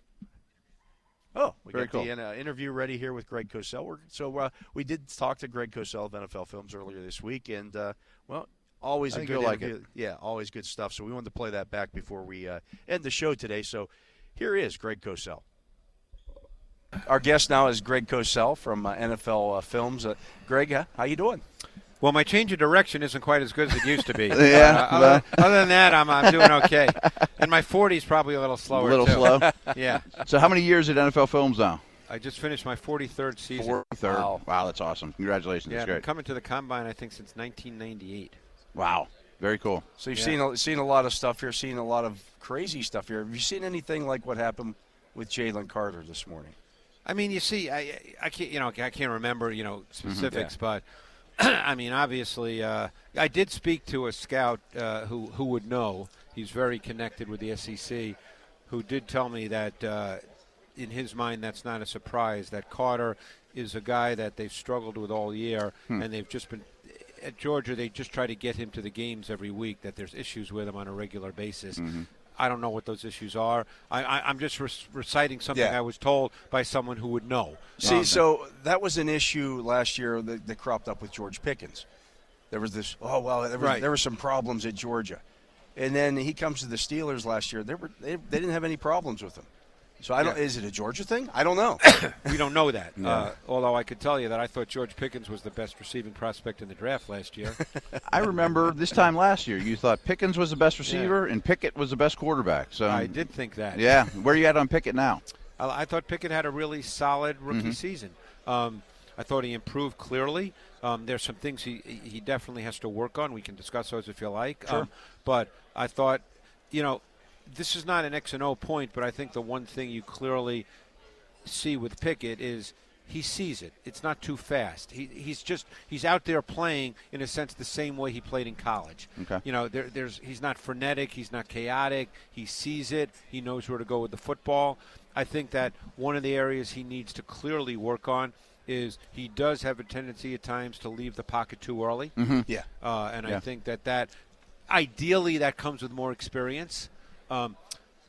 Oh, we
Very
got
cool.
the uh, interview ready here with Greg Cosell. We're, so uh, we did talk to Greg Cosell of NFL Films earlier this week, and uh, well, always
I
a
think
good
you'll like
interview. Yeah, always good stuff. So we wanted to play that back before we uh, end the show today. So here is Greg Cosell. Our guest now is Greg Cosell from uh, NFL uh, Films. Uh, Greg, uh, how you doing?
Well, my change of direction isn't quite as good as it used to be.
Yeah,
Uh, other, other than that, I'm, I'm doing okay. And my 40s probably a little
A
slower.
little
too.
slow.
Yeah.
So how many years at NFL Films now?
I just finished my 43rd season.
Third.
Wow.
Wow, that's awesome. Congratulations.
Yeah, I've
that's
been
great.
coming to the combine I think since 1998.
wow. Very cool.
So you've
Yeah.
seen a, seen a lot of stuff here, seen a lot of crazy stuff here. Have you seen anything like what happened with Jalen Carter this morning?
I mean, you see, I I can't you know I can't remember you know specifics, but I mean, obviously, uh, I did speak to a scout uh, who who would know. He's very connected with the SEC, who did tell me that uh, in his mind that's not a surprise that Carter is a guy that they've struggled with all year, and they've just been at Georgia, they just try to get him to the games every week. That there's issues with him on a regular basis. I don't know what those issues are. I, I, I'm just rec- reciting something
Yeah.
I was told by someone who would know. Um,
See, so that was an issue last year that, that cropped up with George Pickens. There was this, oh well, there was,
Right.
there were some problems at Georgia, and then he comes to the Steelers last year. They were they, they didn't have any problems with him. So I don't.
Yeah.
Is it a Georgia thing? I don't know.
we don't know that. Uh, although I could tell you that I thought George Pickens was the best receiving prospect in the draft last year.
I remember this time last year, you thought Pickens was the best receiver and Pickett was the best quarterback. So
I
Um,
did think that.
Yeah. Where are you at on Pickett now?
I, I thought Pickett had a really solid rookie season. Um, I thought he improved clearly. Um, there's some things he he definitely has to work on. We can discuss those if you like. Um, but I thought, you know, this is not an X and O point, but I think the one thing you clearly see with Pickett is he sees it. It's not too fast. He, he's just he's out there playing in a sense the same way he played in college.
Okay.
You know, there, there's he's not frenetic. He's not chaotic. He sees it. He knows where to go with the football. I think that one of the areas he needs to clearly work on is he does have a tendency at times to leave the pocket too early.
yeah.
Uh, and
Yeah.
I think that that ideally that comes with more experience. Um,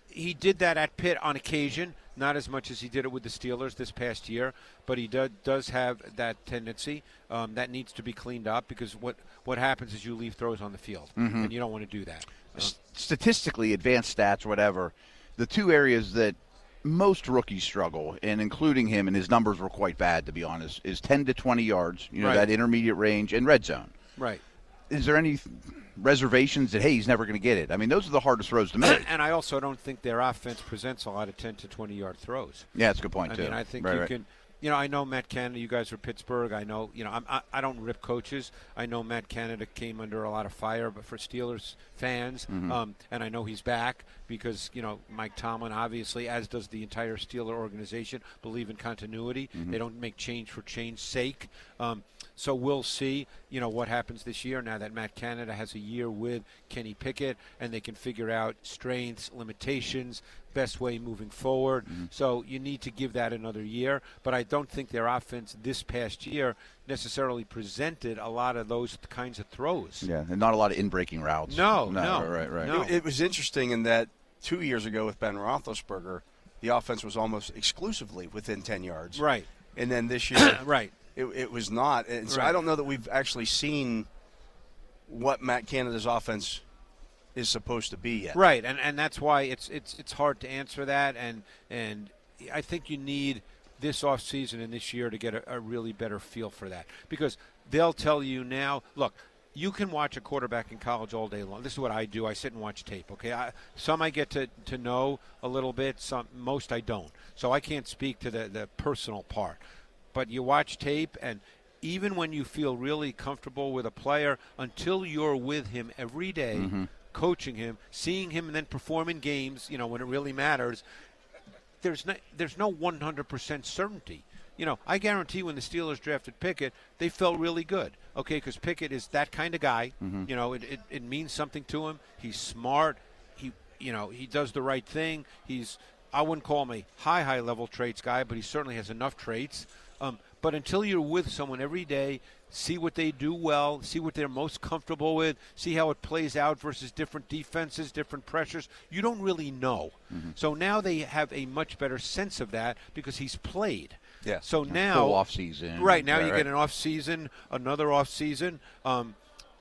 he did that at Pitt on occasion, not as much as he did it with the Steelers this past year, but he do, does have that tendency. Um, that needs to be cleaned up because what, what happens is you leave throws on the field, and you don't want to do that.
S- Uh, statistically, advanced stats, whatever, the two areas that most rookies struggle, and including him, and his numbers were quite bad, to be honest, is 10 to 20 yards, you know,
Right.
that intermediate range, and red zone.
Right.
Is there any reservations that, hey, he's never going to get it? I mean, those are the hardest throws to make.
And I also don't think their offense presents a lot of 10 to 20 yard throws.
yeah, that's a good point,
I
too.
mean, I think
Right,
you
right.
can. You know, I know Matt Canada. You guys are Pittsburgh. I know. You know, I'm, I I don't rip coaches. I know Matt Canada came under a lot of fire, but for Steelers fans,
Mm-hmm.
um, and I know he's back because you know Mike Tomlin obviously, as does the entire Steeler organization, believe in continuity.
Mm-hmm.
They don't make change for change's sake. Um, so we'll see. You know what happens this year now that Matt Canada has a year with Kenny Pickett, and they can figure out strengths, limitations, best way moving forward. So you need to give that another year. But I don't think their offense this past year necessarily presented a lot of those kinds of throws.
Yeah, and not a lot of in-breaking routes.
No, no,
right, right.
no.
It, it was interesting in that two years ago with Ben Roethlisberger, the offense was almost exclusively within ten yards.
Right,
And then this year,
right.
It, it was not. And so I
Right.
don't know that we've actually seen what Matt Canada's offense is supposed to be yet.
Right, and and that's why it's it's it's hard to answer that, and and I think you need this offseason and this year to get a, a really better feel for that because they'll tell you now. Look, you can watch a quarterback in college all day long. This is what I do. I sit and watch tape. Okay, I, some I get to, to know a little bit. Some most I don't. So I can't speak to the the personal part. But you watch tape, and even when you feel really comfortable with a player, until you're with him every day, coaching him, seeing him, and then performing games. You know when it really matters there's no there's no 100% certainty. You know, I guarantee when the Steelers drafted Pickett, they felt really good. Okay, because Pickett is that kind of guy. You know, it, it, it means something to him. He's smart. He you know he does the right thing. He's I wouldn't call him a high high level traits guy, but he certainly has enough traits. Um, but until you're with someone every day, see what they do well, see what they're most comfortable with, see how it plays out versus different defenses, different pressures. You don't really know.
Mm-hmm.
So now they have a much better sense of that because he's played.
Yeah,
So
a
now
full offseason.
Right now
Right,
you
right.
get an off season, another off season. Um,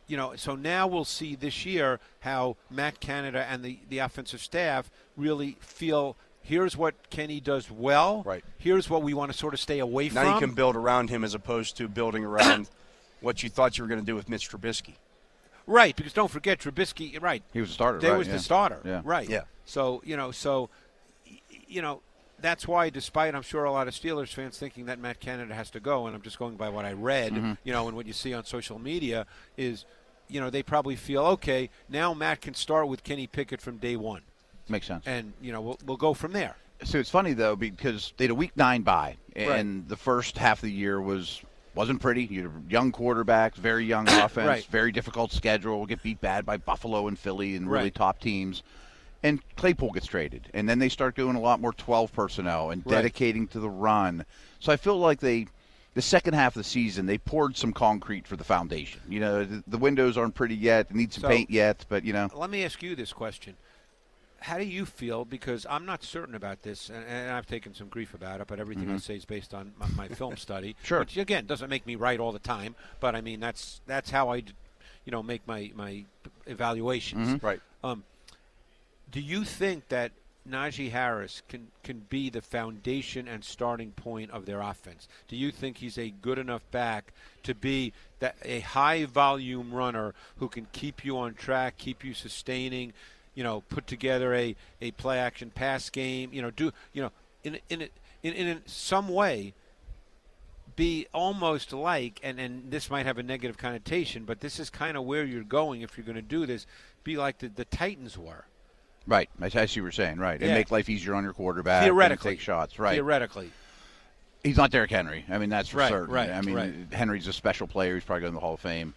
you know, so now we'll see this year how Matt Canada and the, the offensive staff really feel here's what Kenny does well.
Right.
Here's what we want to sort of stay away
Now
from.
you can build around him as opposed to building around what you thought you were going to do with Mitch Trubisky.
Right, because don't forget Trubisky. Right,
He was the starter,
They
right,
was
yeah.
the starter.
Yeah.
Right.
Yeah.
So you know, so y- you know, that's why, despite I'm sure a lot of Steelers fans thinking that Matt Canada has to go, and I'm just going by what I read,
Mm-hmm.
you know, and what you see on social media is, you know, they probably feel okay now. Matt can start with Kenny Pickett from day one,
Makes sense.
and you know we'll, we'll go from there.
so it's funny though because they had a week nine bye, and the first half of the year was wasn't pretty. You had young quarterbacks, very young offense,
Right.
very difficult schedule. We'll get beat bad by Buffalo and Philly and really
Right.
top teams. And Claypool gets traded, and then they start doing a lot more twelve personnel and
Right.
dedicating to the run. So I feel like they. The second half of the season, they poured some concrete for the foundation. You know, the, the windows aren't pretty yet. They need some
So-
paint yet, but you know,
Let me ask you this question. How do you feel? Because I'm not certain about this, and, and I've taken some grief about it, but everything I say is based on my, my film study.
Sure.
Which, again, doesn't make me right all the time, but I mean, that's that's how I, d- you know, make my, my evaluations.
Right.
Um, do you think that Najee Harris can, can be the foundation and starting point of their offense? Do you think he's a good enough back to be that a high volume runner who can keep you on track, keep you sustaining, you know, put together a, a play action pass game, you know, do you know, in in in, in some way be almost like, and, and this might have a negative connotation, but this is kind of where you're going if you're going to do this, be like the, the Titans were.
right. I, I see what you're saying. Right, and
Yeah.
make life easier on your quarterback. and
Theoretically.
take shots. Right.
Theoretically.
He's not Derrick Henry. I mean, that's for
Right,
certain.
right,
I mean,
right.
Henry's a special player. He's probably going to the Hall of Fame.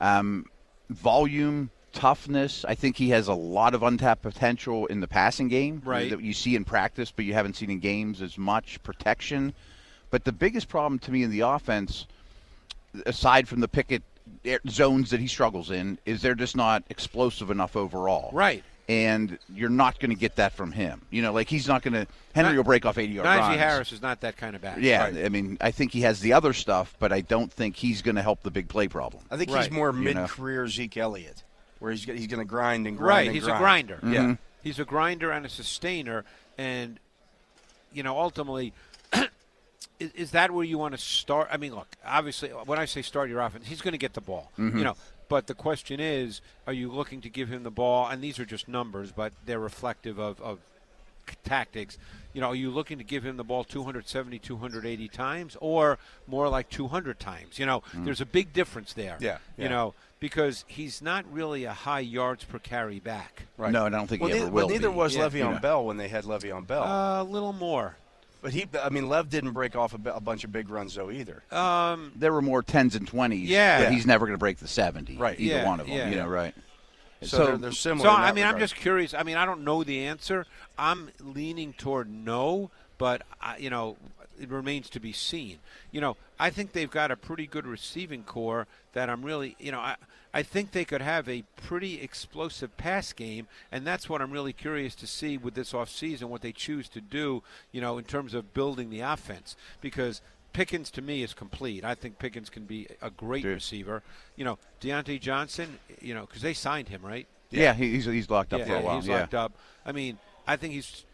Um, volume, toughness. I think he has a lot of untapped potential in the passing game
Right.
that you see in practice, but you haven't seen in games as much. Protection. But the biggest problem to me in the offense, aside from the picket zones that he struggles in, is they're just not explosive enough overall.
Right.
And you're not going to get that from him. You know, like he's not going to. Henry
Ni-
will break off 80 yard
Najee
runs.
Harris is not that kind of back.
Yeah, I mean, I think he has the other stuff, but I don't think he's going to help the big play problem.
I think he's
Right.
more
You know.
mid-career Zeke Elliott, where he's go- he's going to grind and grind.
Right.
and
He's
grind.
a grinder.
Mm-hmm.
Yeah.
He's a grinder and a sustainer. And, you know, ultimately, is, is that where you want to start? I mean, look, obviously, when I say start your offense, he's going to get the ball.
Mm-hmm.
You know, but the question is, are you looking to give him the ball? And these are just numbers, but they're reflective of, of c- tactics. You know, are you looking to give him the ball 270, 280 times, or more like 200 times? You know, there's a big difference there.
Mm. Yeah, yeah.
You know, because he's not really a high yards per carry back.
Right.
No, and I don't think
Well,
he ever
neither,
will.
well, neither
be.
was
Yeah. Uh,
Le'Veon Bell when they had Le'Veon Bell.
A little more.
but he, I mean, Lev didn't break off a, b- a bunch of big runs though either.
Um,
There were more tens and twenties.
Yeah.
but he's never going to break the seventy.
Right.
Either
Yeah,
one of them.
yeah.
You know, right.
so,
so-
they're, they're similar.
so
in that
I mean, I'm
regard.
just curious. I mean, I don't know the answer. I'm leaning toward no, but I, you know, it remains to be seen. You know, I think they've got a pretty good receiving core that I'm really, you know, I I think they could have a pretty explosive pass game, and that's what I'm really curious to see with this offseason what they choose to do, you know, in terms of building the offense because Pickens to me is complete. I think Pickens can be a great receiver. You know, Deontay Johnson, you know, because they signed him, right?
Yeah, he- he's he's locked up for a while.
He's
yeah,
locked up. I mean, I think he's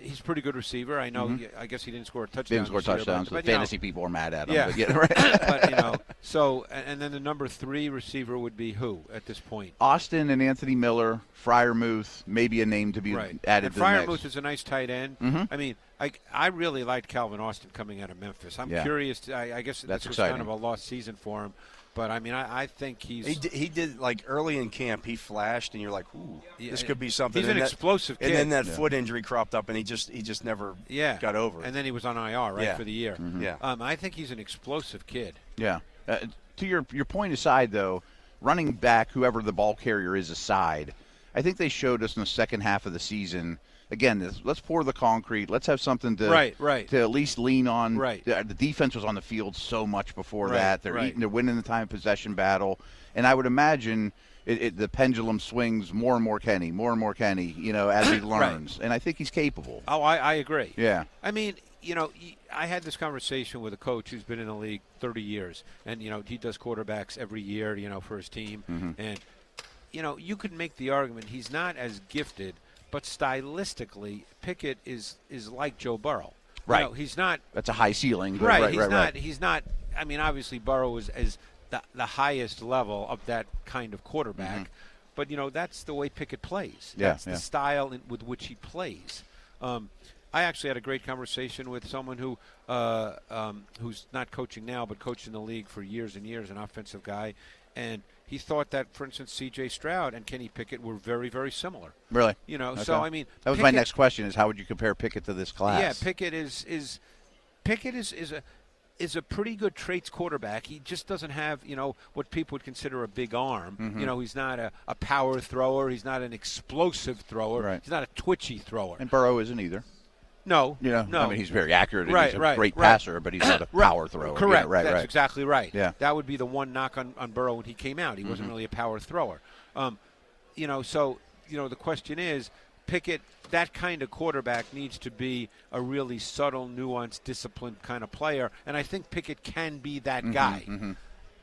he's a pretty good receiver. I know. I guess he didn't score a touchdown.
Mm-hmm. Didn't score
this year,
touchdowns.
But,
but
but, you know,
fantasy people are mad at him.
Yeah.
But, yeah, right.
but you know, so and, and then the number three receiver would be who at this point?
Austin and Anthony Miller, Fryermuth, maybe a name to be
Right.
added
and
to the Mm-hmm. mix.
Fryermuth is a nice tight end. I mean, I, I really liked Calvin Austin coming out of Memphis. I'm
Yeah.
curious. To, I, I guess
That's
this was
exciting.
kind of a lost season for him, but I mean, I, I think he's.
He did, he did like early in camp. He flashed, and you're like, "Ooh, this could be something."
He's
And
an
that-
explosive
And
kid.
then that foot injury cropped up, and he just he just never
yeah,
got over. it.
And then he was on IR right
Yeah.
for the year.
Mm-hmm.
Yeah.
um, I think he's an explosive kid.
Yeah. Uh, to your your point aside, though, running back, whoever the ball carrier is aside, I think they showed us in the second half of the season. Again, this, let's pour the concrete. Let's have something to
Right, right.
to at least lean on.
Right.
The, the defense was on the field so much before
Right,
that. They're
right.
eating. They're winning the time of possession battle, and I would imagine. It, it, the pendulum swings more and more Kenny, more and more Kenny, you know, as he learns. And I think he's capable.
Oh, I, I agree.
Yeah.
I mean, you know, y- I had this conversation with a coach who's been in the league 30 years, and you know, he does quarterbacks every year, you know, for his team,
Mm-hmm.
and you know, you could make the argument he's not as gifted, but stylistically, Pickett is is like Joe Burrow. You
Right.
know, he's not
That's a high ceiling. But
right.
right,
he's
right,
not.
right.
He's not. I mean, obviously, Burrow is, is the, the highest level of that kind of quarterback. But you know, that's the way Pickett plays.
Mm-hmm. Yeah,
that's
yeah.
the style in, with which he plays. Um, I actually had a great conversation with someone who uh, um, who's not coaching now, but coached in the league for years and years, an offensive guy, and he thought that, for instance, C.J. Stroud and Kenny Pickett were very, very similar.
Really?
You know,
Okay.
so I mean,
that was my
Pickett-
next question: is how would you compare Pickett to this class?
yeah, Pickett is is Pickett is, is a is a pretty good traits quarterback. He just doesn't have, you know, what people would consider a big arm.
Mm-hmm.
You know, he's not a, a power thrower, he's not an explosive thrower,
Right.
he's not a twitchy thrower.
and Burrow isn't either.
no.
You know,
no.
I mean, he's very accurate. And
Right,
he's a
right,
great
right.
passer, but he's not a
Right,
power thrower. Yeah,
Correct.
right,
That's
right.
exactly right.
Yeah. Mm-hmm.
That would be the one knock on, on Burrow when he came out. He wasn't really a power thrower. Um, you know, so you know the question is, Pickett, that kind of quarterback needs to be a really subtle, nuanced, disciplined kind of player, and I think Pickett can be that guy.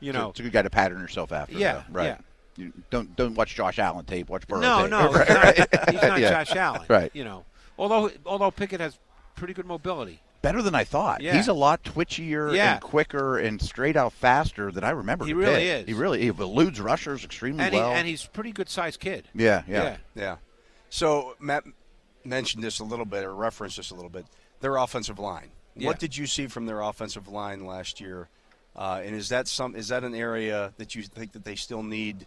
You
So
know,
it's a good guy Mm-hmm, to pattern yourself after.
Yeah,
though. right.
yeah.
You don't don't watch Josh Allen tape. Watch Burrow
no,
tape.
no,
Right,
he's
right.
not, he's not
Yeah.
Josh Allen.
Right.
You know, although although Pickett has pretty good mobility.
Better than I thought.
Yeah.
He's a lot twitchier
Yeah.
and quicker and straight out faster than I remember.
He
to
really
pick.
is.
He really he eludes rushers extremely
And,
Hmm, well.
he, and he's a pretty good sized kid.
yeah, yeah,
Yeah. So Matt mentioned this a little bit, or referenced this a little bit. Their offensive line.
Yeah.
What did you see from their offensive line last year? Uh, and is that some? Is that an area that you think that they still need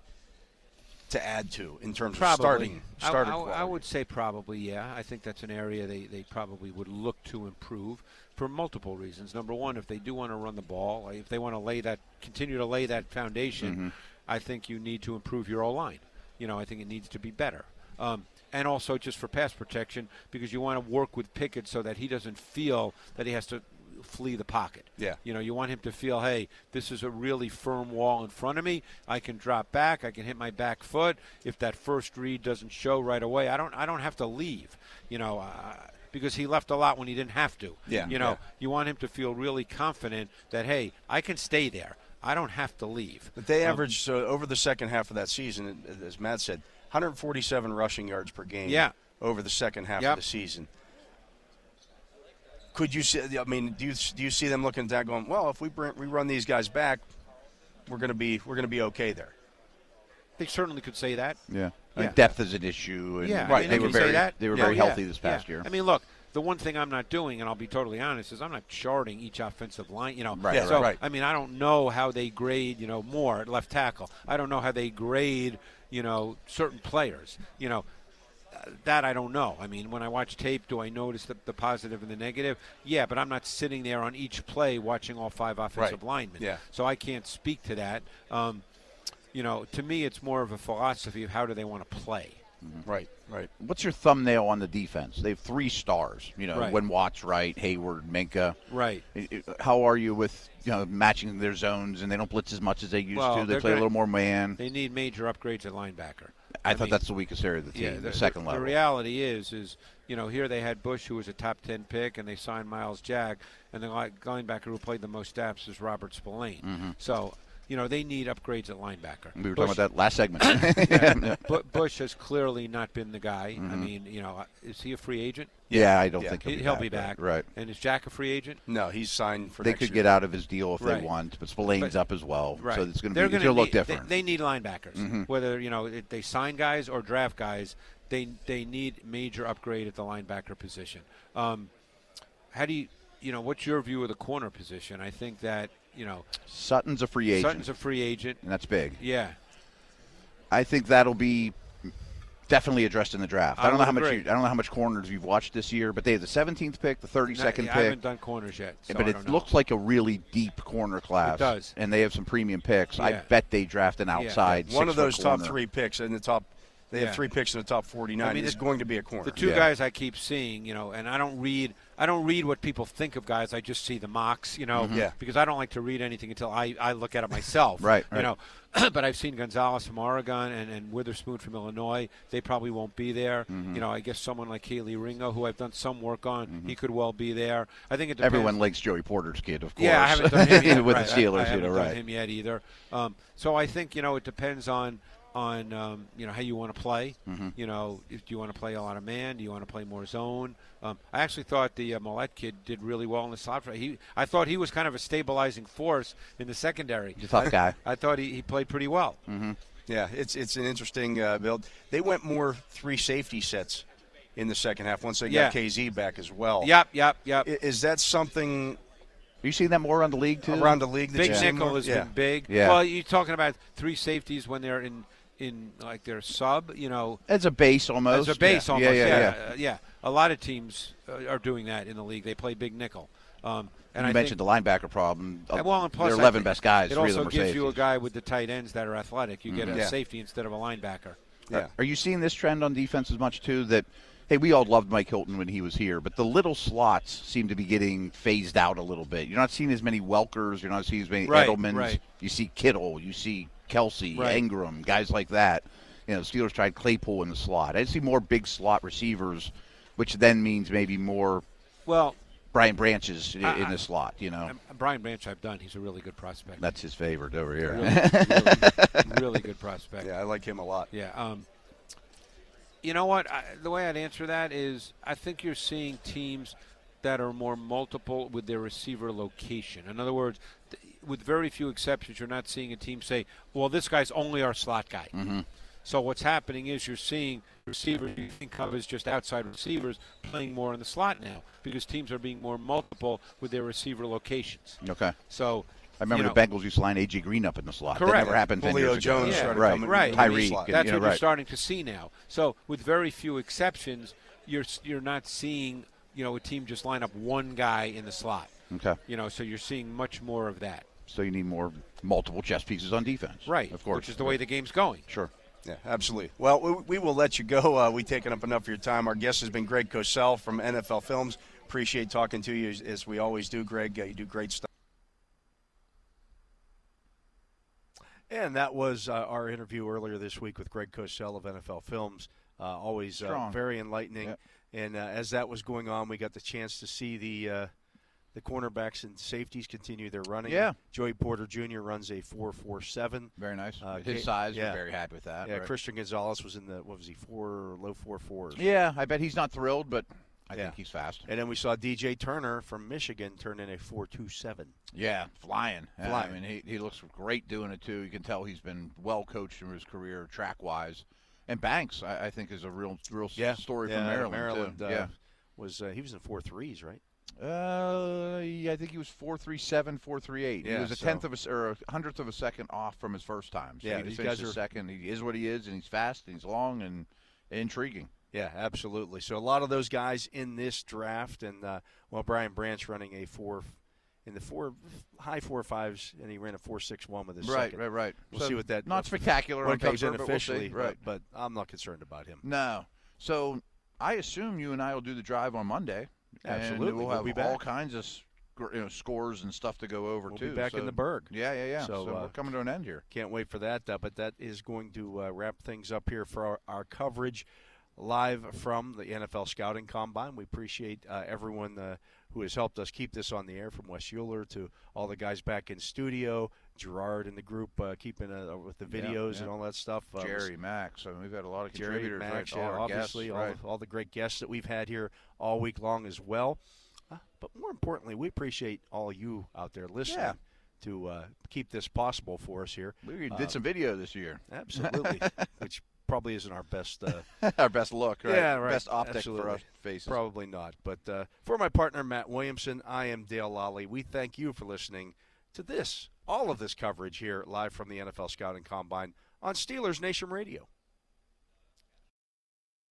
to add to in terms
probably.
of starting?
I-
Starter
I, I
quality?
would say probably, yeah. I think that's an area they, they probably would look to improve for multiple reasons. Number one, if they do want to run the ball, if they want to lay that, continue to lay that foundation,
Mm-hmm.
I think you need to improve your O line. You know, I think it needs to be better. Um, and also just for pass protection, because you want to work with Pickett so that he doesn't feel that he has to flee the pocket.
Yeah.
You know, you want him to feel, hey, this is a really firm wall in front of me. I can drop back. I can hit my back foot. If that first read doesn't show right away, I don't. I don't have to leave. You know, uh, because he left a lot when he didn't have to.
Yeah,
You know,
yeah.
you want him to feel really confident that hey, I can stay there. I don't have to leave.
But they averaged so over the second half of that season, as Matt said, 147 rushing yards per game.
Yeah.
Over the second half
Yep.
of the season. Could you see? I mean, do you do you see them looking down, going, "Well, if we bring, we run these guys back, we're gonna be we're gonna be okay there."
They certainly could say that.
yeah. I mean,
Yeah.
depth is an issue. And
Yeah, I mean,
they
you
were
can say
very
that.
they were
Yeah, Oh,
very
yeah,
healthy this past
yeah.
year.
I mean, look, the one thing I'm not doing, and I'll be totally honest, is I'm not charting each offensive line. You know,
Right, Yeah,
so
right.
I mean, I don't know how they grade. You know, more at left tackle. I don't know how they grade. You know, certain players. You know. uh, That I don't know. I mean, when I watch tape, do I notice the, the positive and the negative? Yeah, but I'm not sitting there on each play watching all five offensive
Right.
linemen.
Yeah.
So I can't speak to that. Um, you know, to me, it's more of a philosophy of how do they want to play.
Right. Right.
what's your thumbnail on the defense? They have three stars. You know,
Right.
when Watt's right, Hayward, Minka.
Right.
I- I- How are you with you know matching their zones and they don't blitz as much as they used
Well,
to? They
they're
play a
gonna-
little more man.
They need major upgrades at linebacker.
I, thought
mean,
that's the weakest area of the team, the, second level.
The reality is, is you know, here they had Bush, who was a top ten pick, and they signed Miles Jack, and the li- linebacker who played the most snaps is Robert Spillane. So, you know, they need upgrades at linebacker.
Mm-hmm. We were
Bush,
talking about that last segment. yeah.
Bu- Bush has clearly not been the guy. I
Mm-hmm.
mean, you know, is he a free agent?
I don't think
He'll,
he'll,
be, back,
Right.
And is Jack a free agent?
No, he's signed for.
They
next
could
year.
get out of his deal if they
Right.
want, but Spillane's
But-
up as well,
Right.
so it's going
They're
to be it's
gonna
gonna look
need-
different. Mm-hmm.
They, they need linebackers. Whether you know it- they sign guys or draft guys, they they need major upgrade at the linebacker position. Um, how do you you know what's your view of the corner position? I think that you know
Sutton's a free agent, Mm-hmm.
Sutton's a free agent.
and that's big.
Yeah,
I think that'll be definitely addressed in the draft. I,
I
don't know
would
how much
agree.
you, I don't know how much corners you've watched this year, but they have the 17th pick, the 32nd
Not- I
pick.
haven't done corners yet, so
but
I
it
don't know.
looks like a really deep corner class.
does.
and they have some premium picks. I
Yeah.
bet they draft an outside.
one of
six-foot
those top
corner.
three picks in the top. They
Yeah.
have three picks in the top 49.
I mean,
it's
the-
going to be a corner.
The two
Yeah.
guys I keep seeing, you know, and I don't read I don't read what people think of guys. I just see the mocks, you
Mm-hmm.
know,
Yeah.
because I don't like to read anything until I, I look at it myself.
Right,
You
right.
know, but I've seen Gonzalez from Oregon and, and Witherspoon from Illinois. They probably won't be there.
Mm-hmm.
You know, I guess someone like Keely Ringo, who I've done some work on, he could well be there. I think it depends.
Everyone likes Joey Porter's kid, of course.
Yeah, I haven't done him yet.
with
right.
the
I-
Steelers,
I, haven't
you know,
done
right?
him yet either. Um, so I think you know it depends on on um, you know how you want to play.
Mm-hmm.
You know, if do you want to play a lot of man? Do you want to play more zone? Um, I actually thought the uh, Millette kid did really well in the slot. for- He, I thought he was kind of a stabilizing force in the secondary.
He's a tough
I-
guy.
I thought he, he played pretty well.
Mm-hmm.
Yeah, it's it's an interesting uh, build. They went more three safety sets in the second half once they
Yeah.
got KZ back as well.
Yep, yep, yep.
I- Is that something
Are you seeing that more on the league too?
around the league? That
Big
you've seen
nickel
more?
has
yeah.
been big.
Yeah.
Well, you're talking about three safeties when they're in in like their sub. You know,
as a base almost.
As a base,
yeah.
almost. Yeah,
Yeah, yeah, yeah.
Uh, yeah. A lot of teams uh, are doing that in the league. They play big nickel. Um, and
You
I
mentioned
think,
the linebacker problem.
and well, and plus
they're
I
11
think
best guys.
It
three of
also
them are
gives you a
safeties. Mm-hmm.
guy with the tight ends that are athletic. You get a
Yeah.
safety instead of a linebacker. Uh,
Yeah.
Are you seeing this trend on defense as much too? That hey, we all loved Mike Hilton when he was here, but the little slots seem to be getting phased out a little bit. You're not seeing as many Welkers. You're not seeing as many
Right,
Edelmans.
right.
You see Kittle. You see Kelsey,
Right.
Ingram, guys like that. You know, Steelers tried Claypool in the slot. I see more big slot receivers, which then means maybe more
Well,
Brian Branches in, in
I-
the slot. You know,
um, Brian Branch, I've done. He's a really good prospect.
that's his favorite over here.
really, really, really good prospect.
Yeah, I like him a lot.
Yeah. Um, you know what? I, the way I'd answer that is I think you're seeing teams that are more multiple with their receiver location. In other words, th- with very few exceptions, you're not seeing a team say, well, this guy's only our slot guy.
Mm-hmm.
So what's happening is you're seeing receivers you think of as just outside receivers playing more in the slot now because teams are being more multiple with their receiver locations.
Okay.
So
I remember
you know,
the Bengals used to line AJ Green up in the slot. That
Correct.
never happened. 10
Julio
years ago.
Jones
Yeah. started
right,
coming
Right.
in the
Tyreek.
slot.
you
That's
know,
what you're
right.
starting to see now. So with very few exceptions, you're you're not seeing you know a team just line up one guy in the slot.
Okay.
You know, so you're seeing much more of that.
So you need more multiple chess pieces on defense.
Right.
Of course.
Which is the way the game's going.
Sure.
Yeah, absolutely. Well, we, we will let you go. Uh, we've taken up enough of your time. Our guest has been Greg Cosell from NFL Films. Appreciate talking to you as, as we always do, Greg. Uh, you do great stuff. And that was uh, our interview earlier this week with Greg Cosell of NFL Films. Uh, always uh,
Strong.
very enlightening.
Yep.
And uh, as that was going on, we got the chance to see the uh, the cornerbacks and safeties continue their running.
Yeah.
Joey Porter Jr. runs a four four seven.
Very nice.
Uh,
With
Ga-
his size,
yeah.
we're very happy with that.
Yeah,
right.
Christian Gonzalez was in the what was he four low four fours.
Yeah, I bet he's not thrilled, but I
Yeah.
think he's fast.
And then we saw DJ Turner from Michigan turn in a four two seven.
Yeah, flying. Yeah,
Flying.
I mean, he, he looks great doing it too. You can tell he's been well coached through his career, track wise. And Banks, I, I think, is a real, real s- story from Maryland. too.
uh,
yeah.
was uh, he was in four threes, right?
Uh, yeah, I think he was four three seven, four three eight.
Yeah,
he was a
so-
tenth of a s- or a hundredth of a second off from his first time. So
Yeah,
he
these
just
guys
finished his
are-
second. He is what he is, and he's fast, and he's long, and intriguing.
Yeah, absolutely. So a lot of those guys in this draft, and uh, well, Brian Branch running a four in the four high four fives, and he ran a four six one with his second.
right, right.
We'll see what that-
not spectacular
When
on
it comes
paper,
in
but we'll see.
officially,
right?
But, but I'm not concerned about him.
No. So I assume you and I will do the drive on Monday.
Absolutely,
and we'll
we'll
have
be
all
back.
kinds of sc- you know, scores and stuff to go over
We'll
too.
be back
So-
in the Berg.
Yeah, yeah, yeah.
So,
So,
uh,
we're coming to an end here.
Can't wait for that. Uh, but that is going to uh, wrap things up here for our, our coverage live from the NFL Scouting Combine. We appreciate uh, everyone uh, who has helped us keep this on the air, from Wes Euler to all the guys back in studio, Gerard and the group uh, keeping uh, with the
Yeah,
videos
yeah.
and all that stuff. Uh,
Jerry Max. I mean, we've had a lot of
Jerry,
contributors,
Max,
right? All
yeah,
our
obviously,
guests,
all,
right.
the, all the great guests that we've had here all week long as well. Uh, but more importantly, we appreciate all you out there listening
Yeah.
to uh, keep this possible for us here.
we did some video this year.
Absolutely, which probably isn't our best. Uh,
our best look, right?
Yeah, right.
Best optic for
Absolutely.
our faces.
Probably not. But uh, for my partner, Matt Williamson, I am Dale Lally. We thank you for listening to this, all of this coverage here live from the NFL Scouting Combine on Steelers Nation Radio.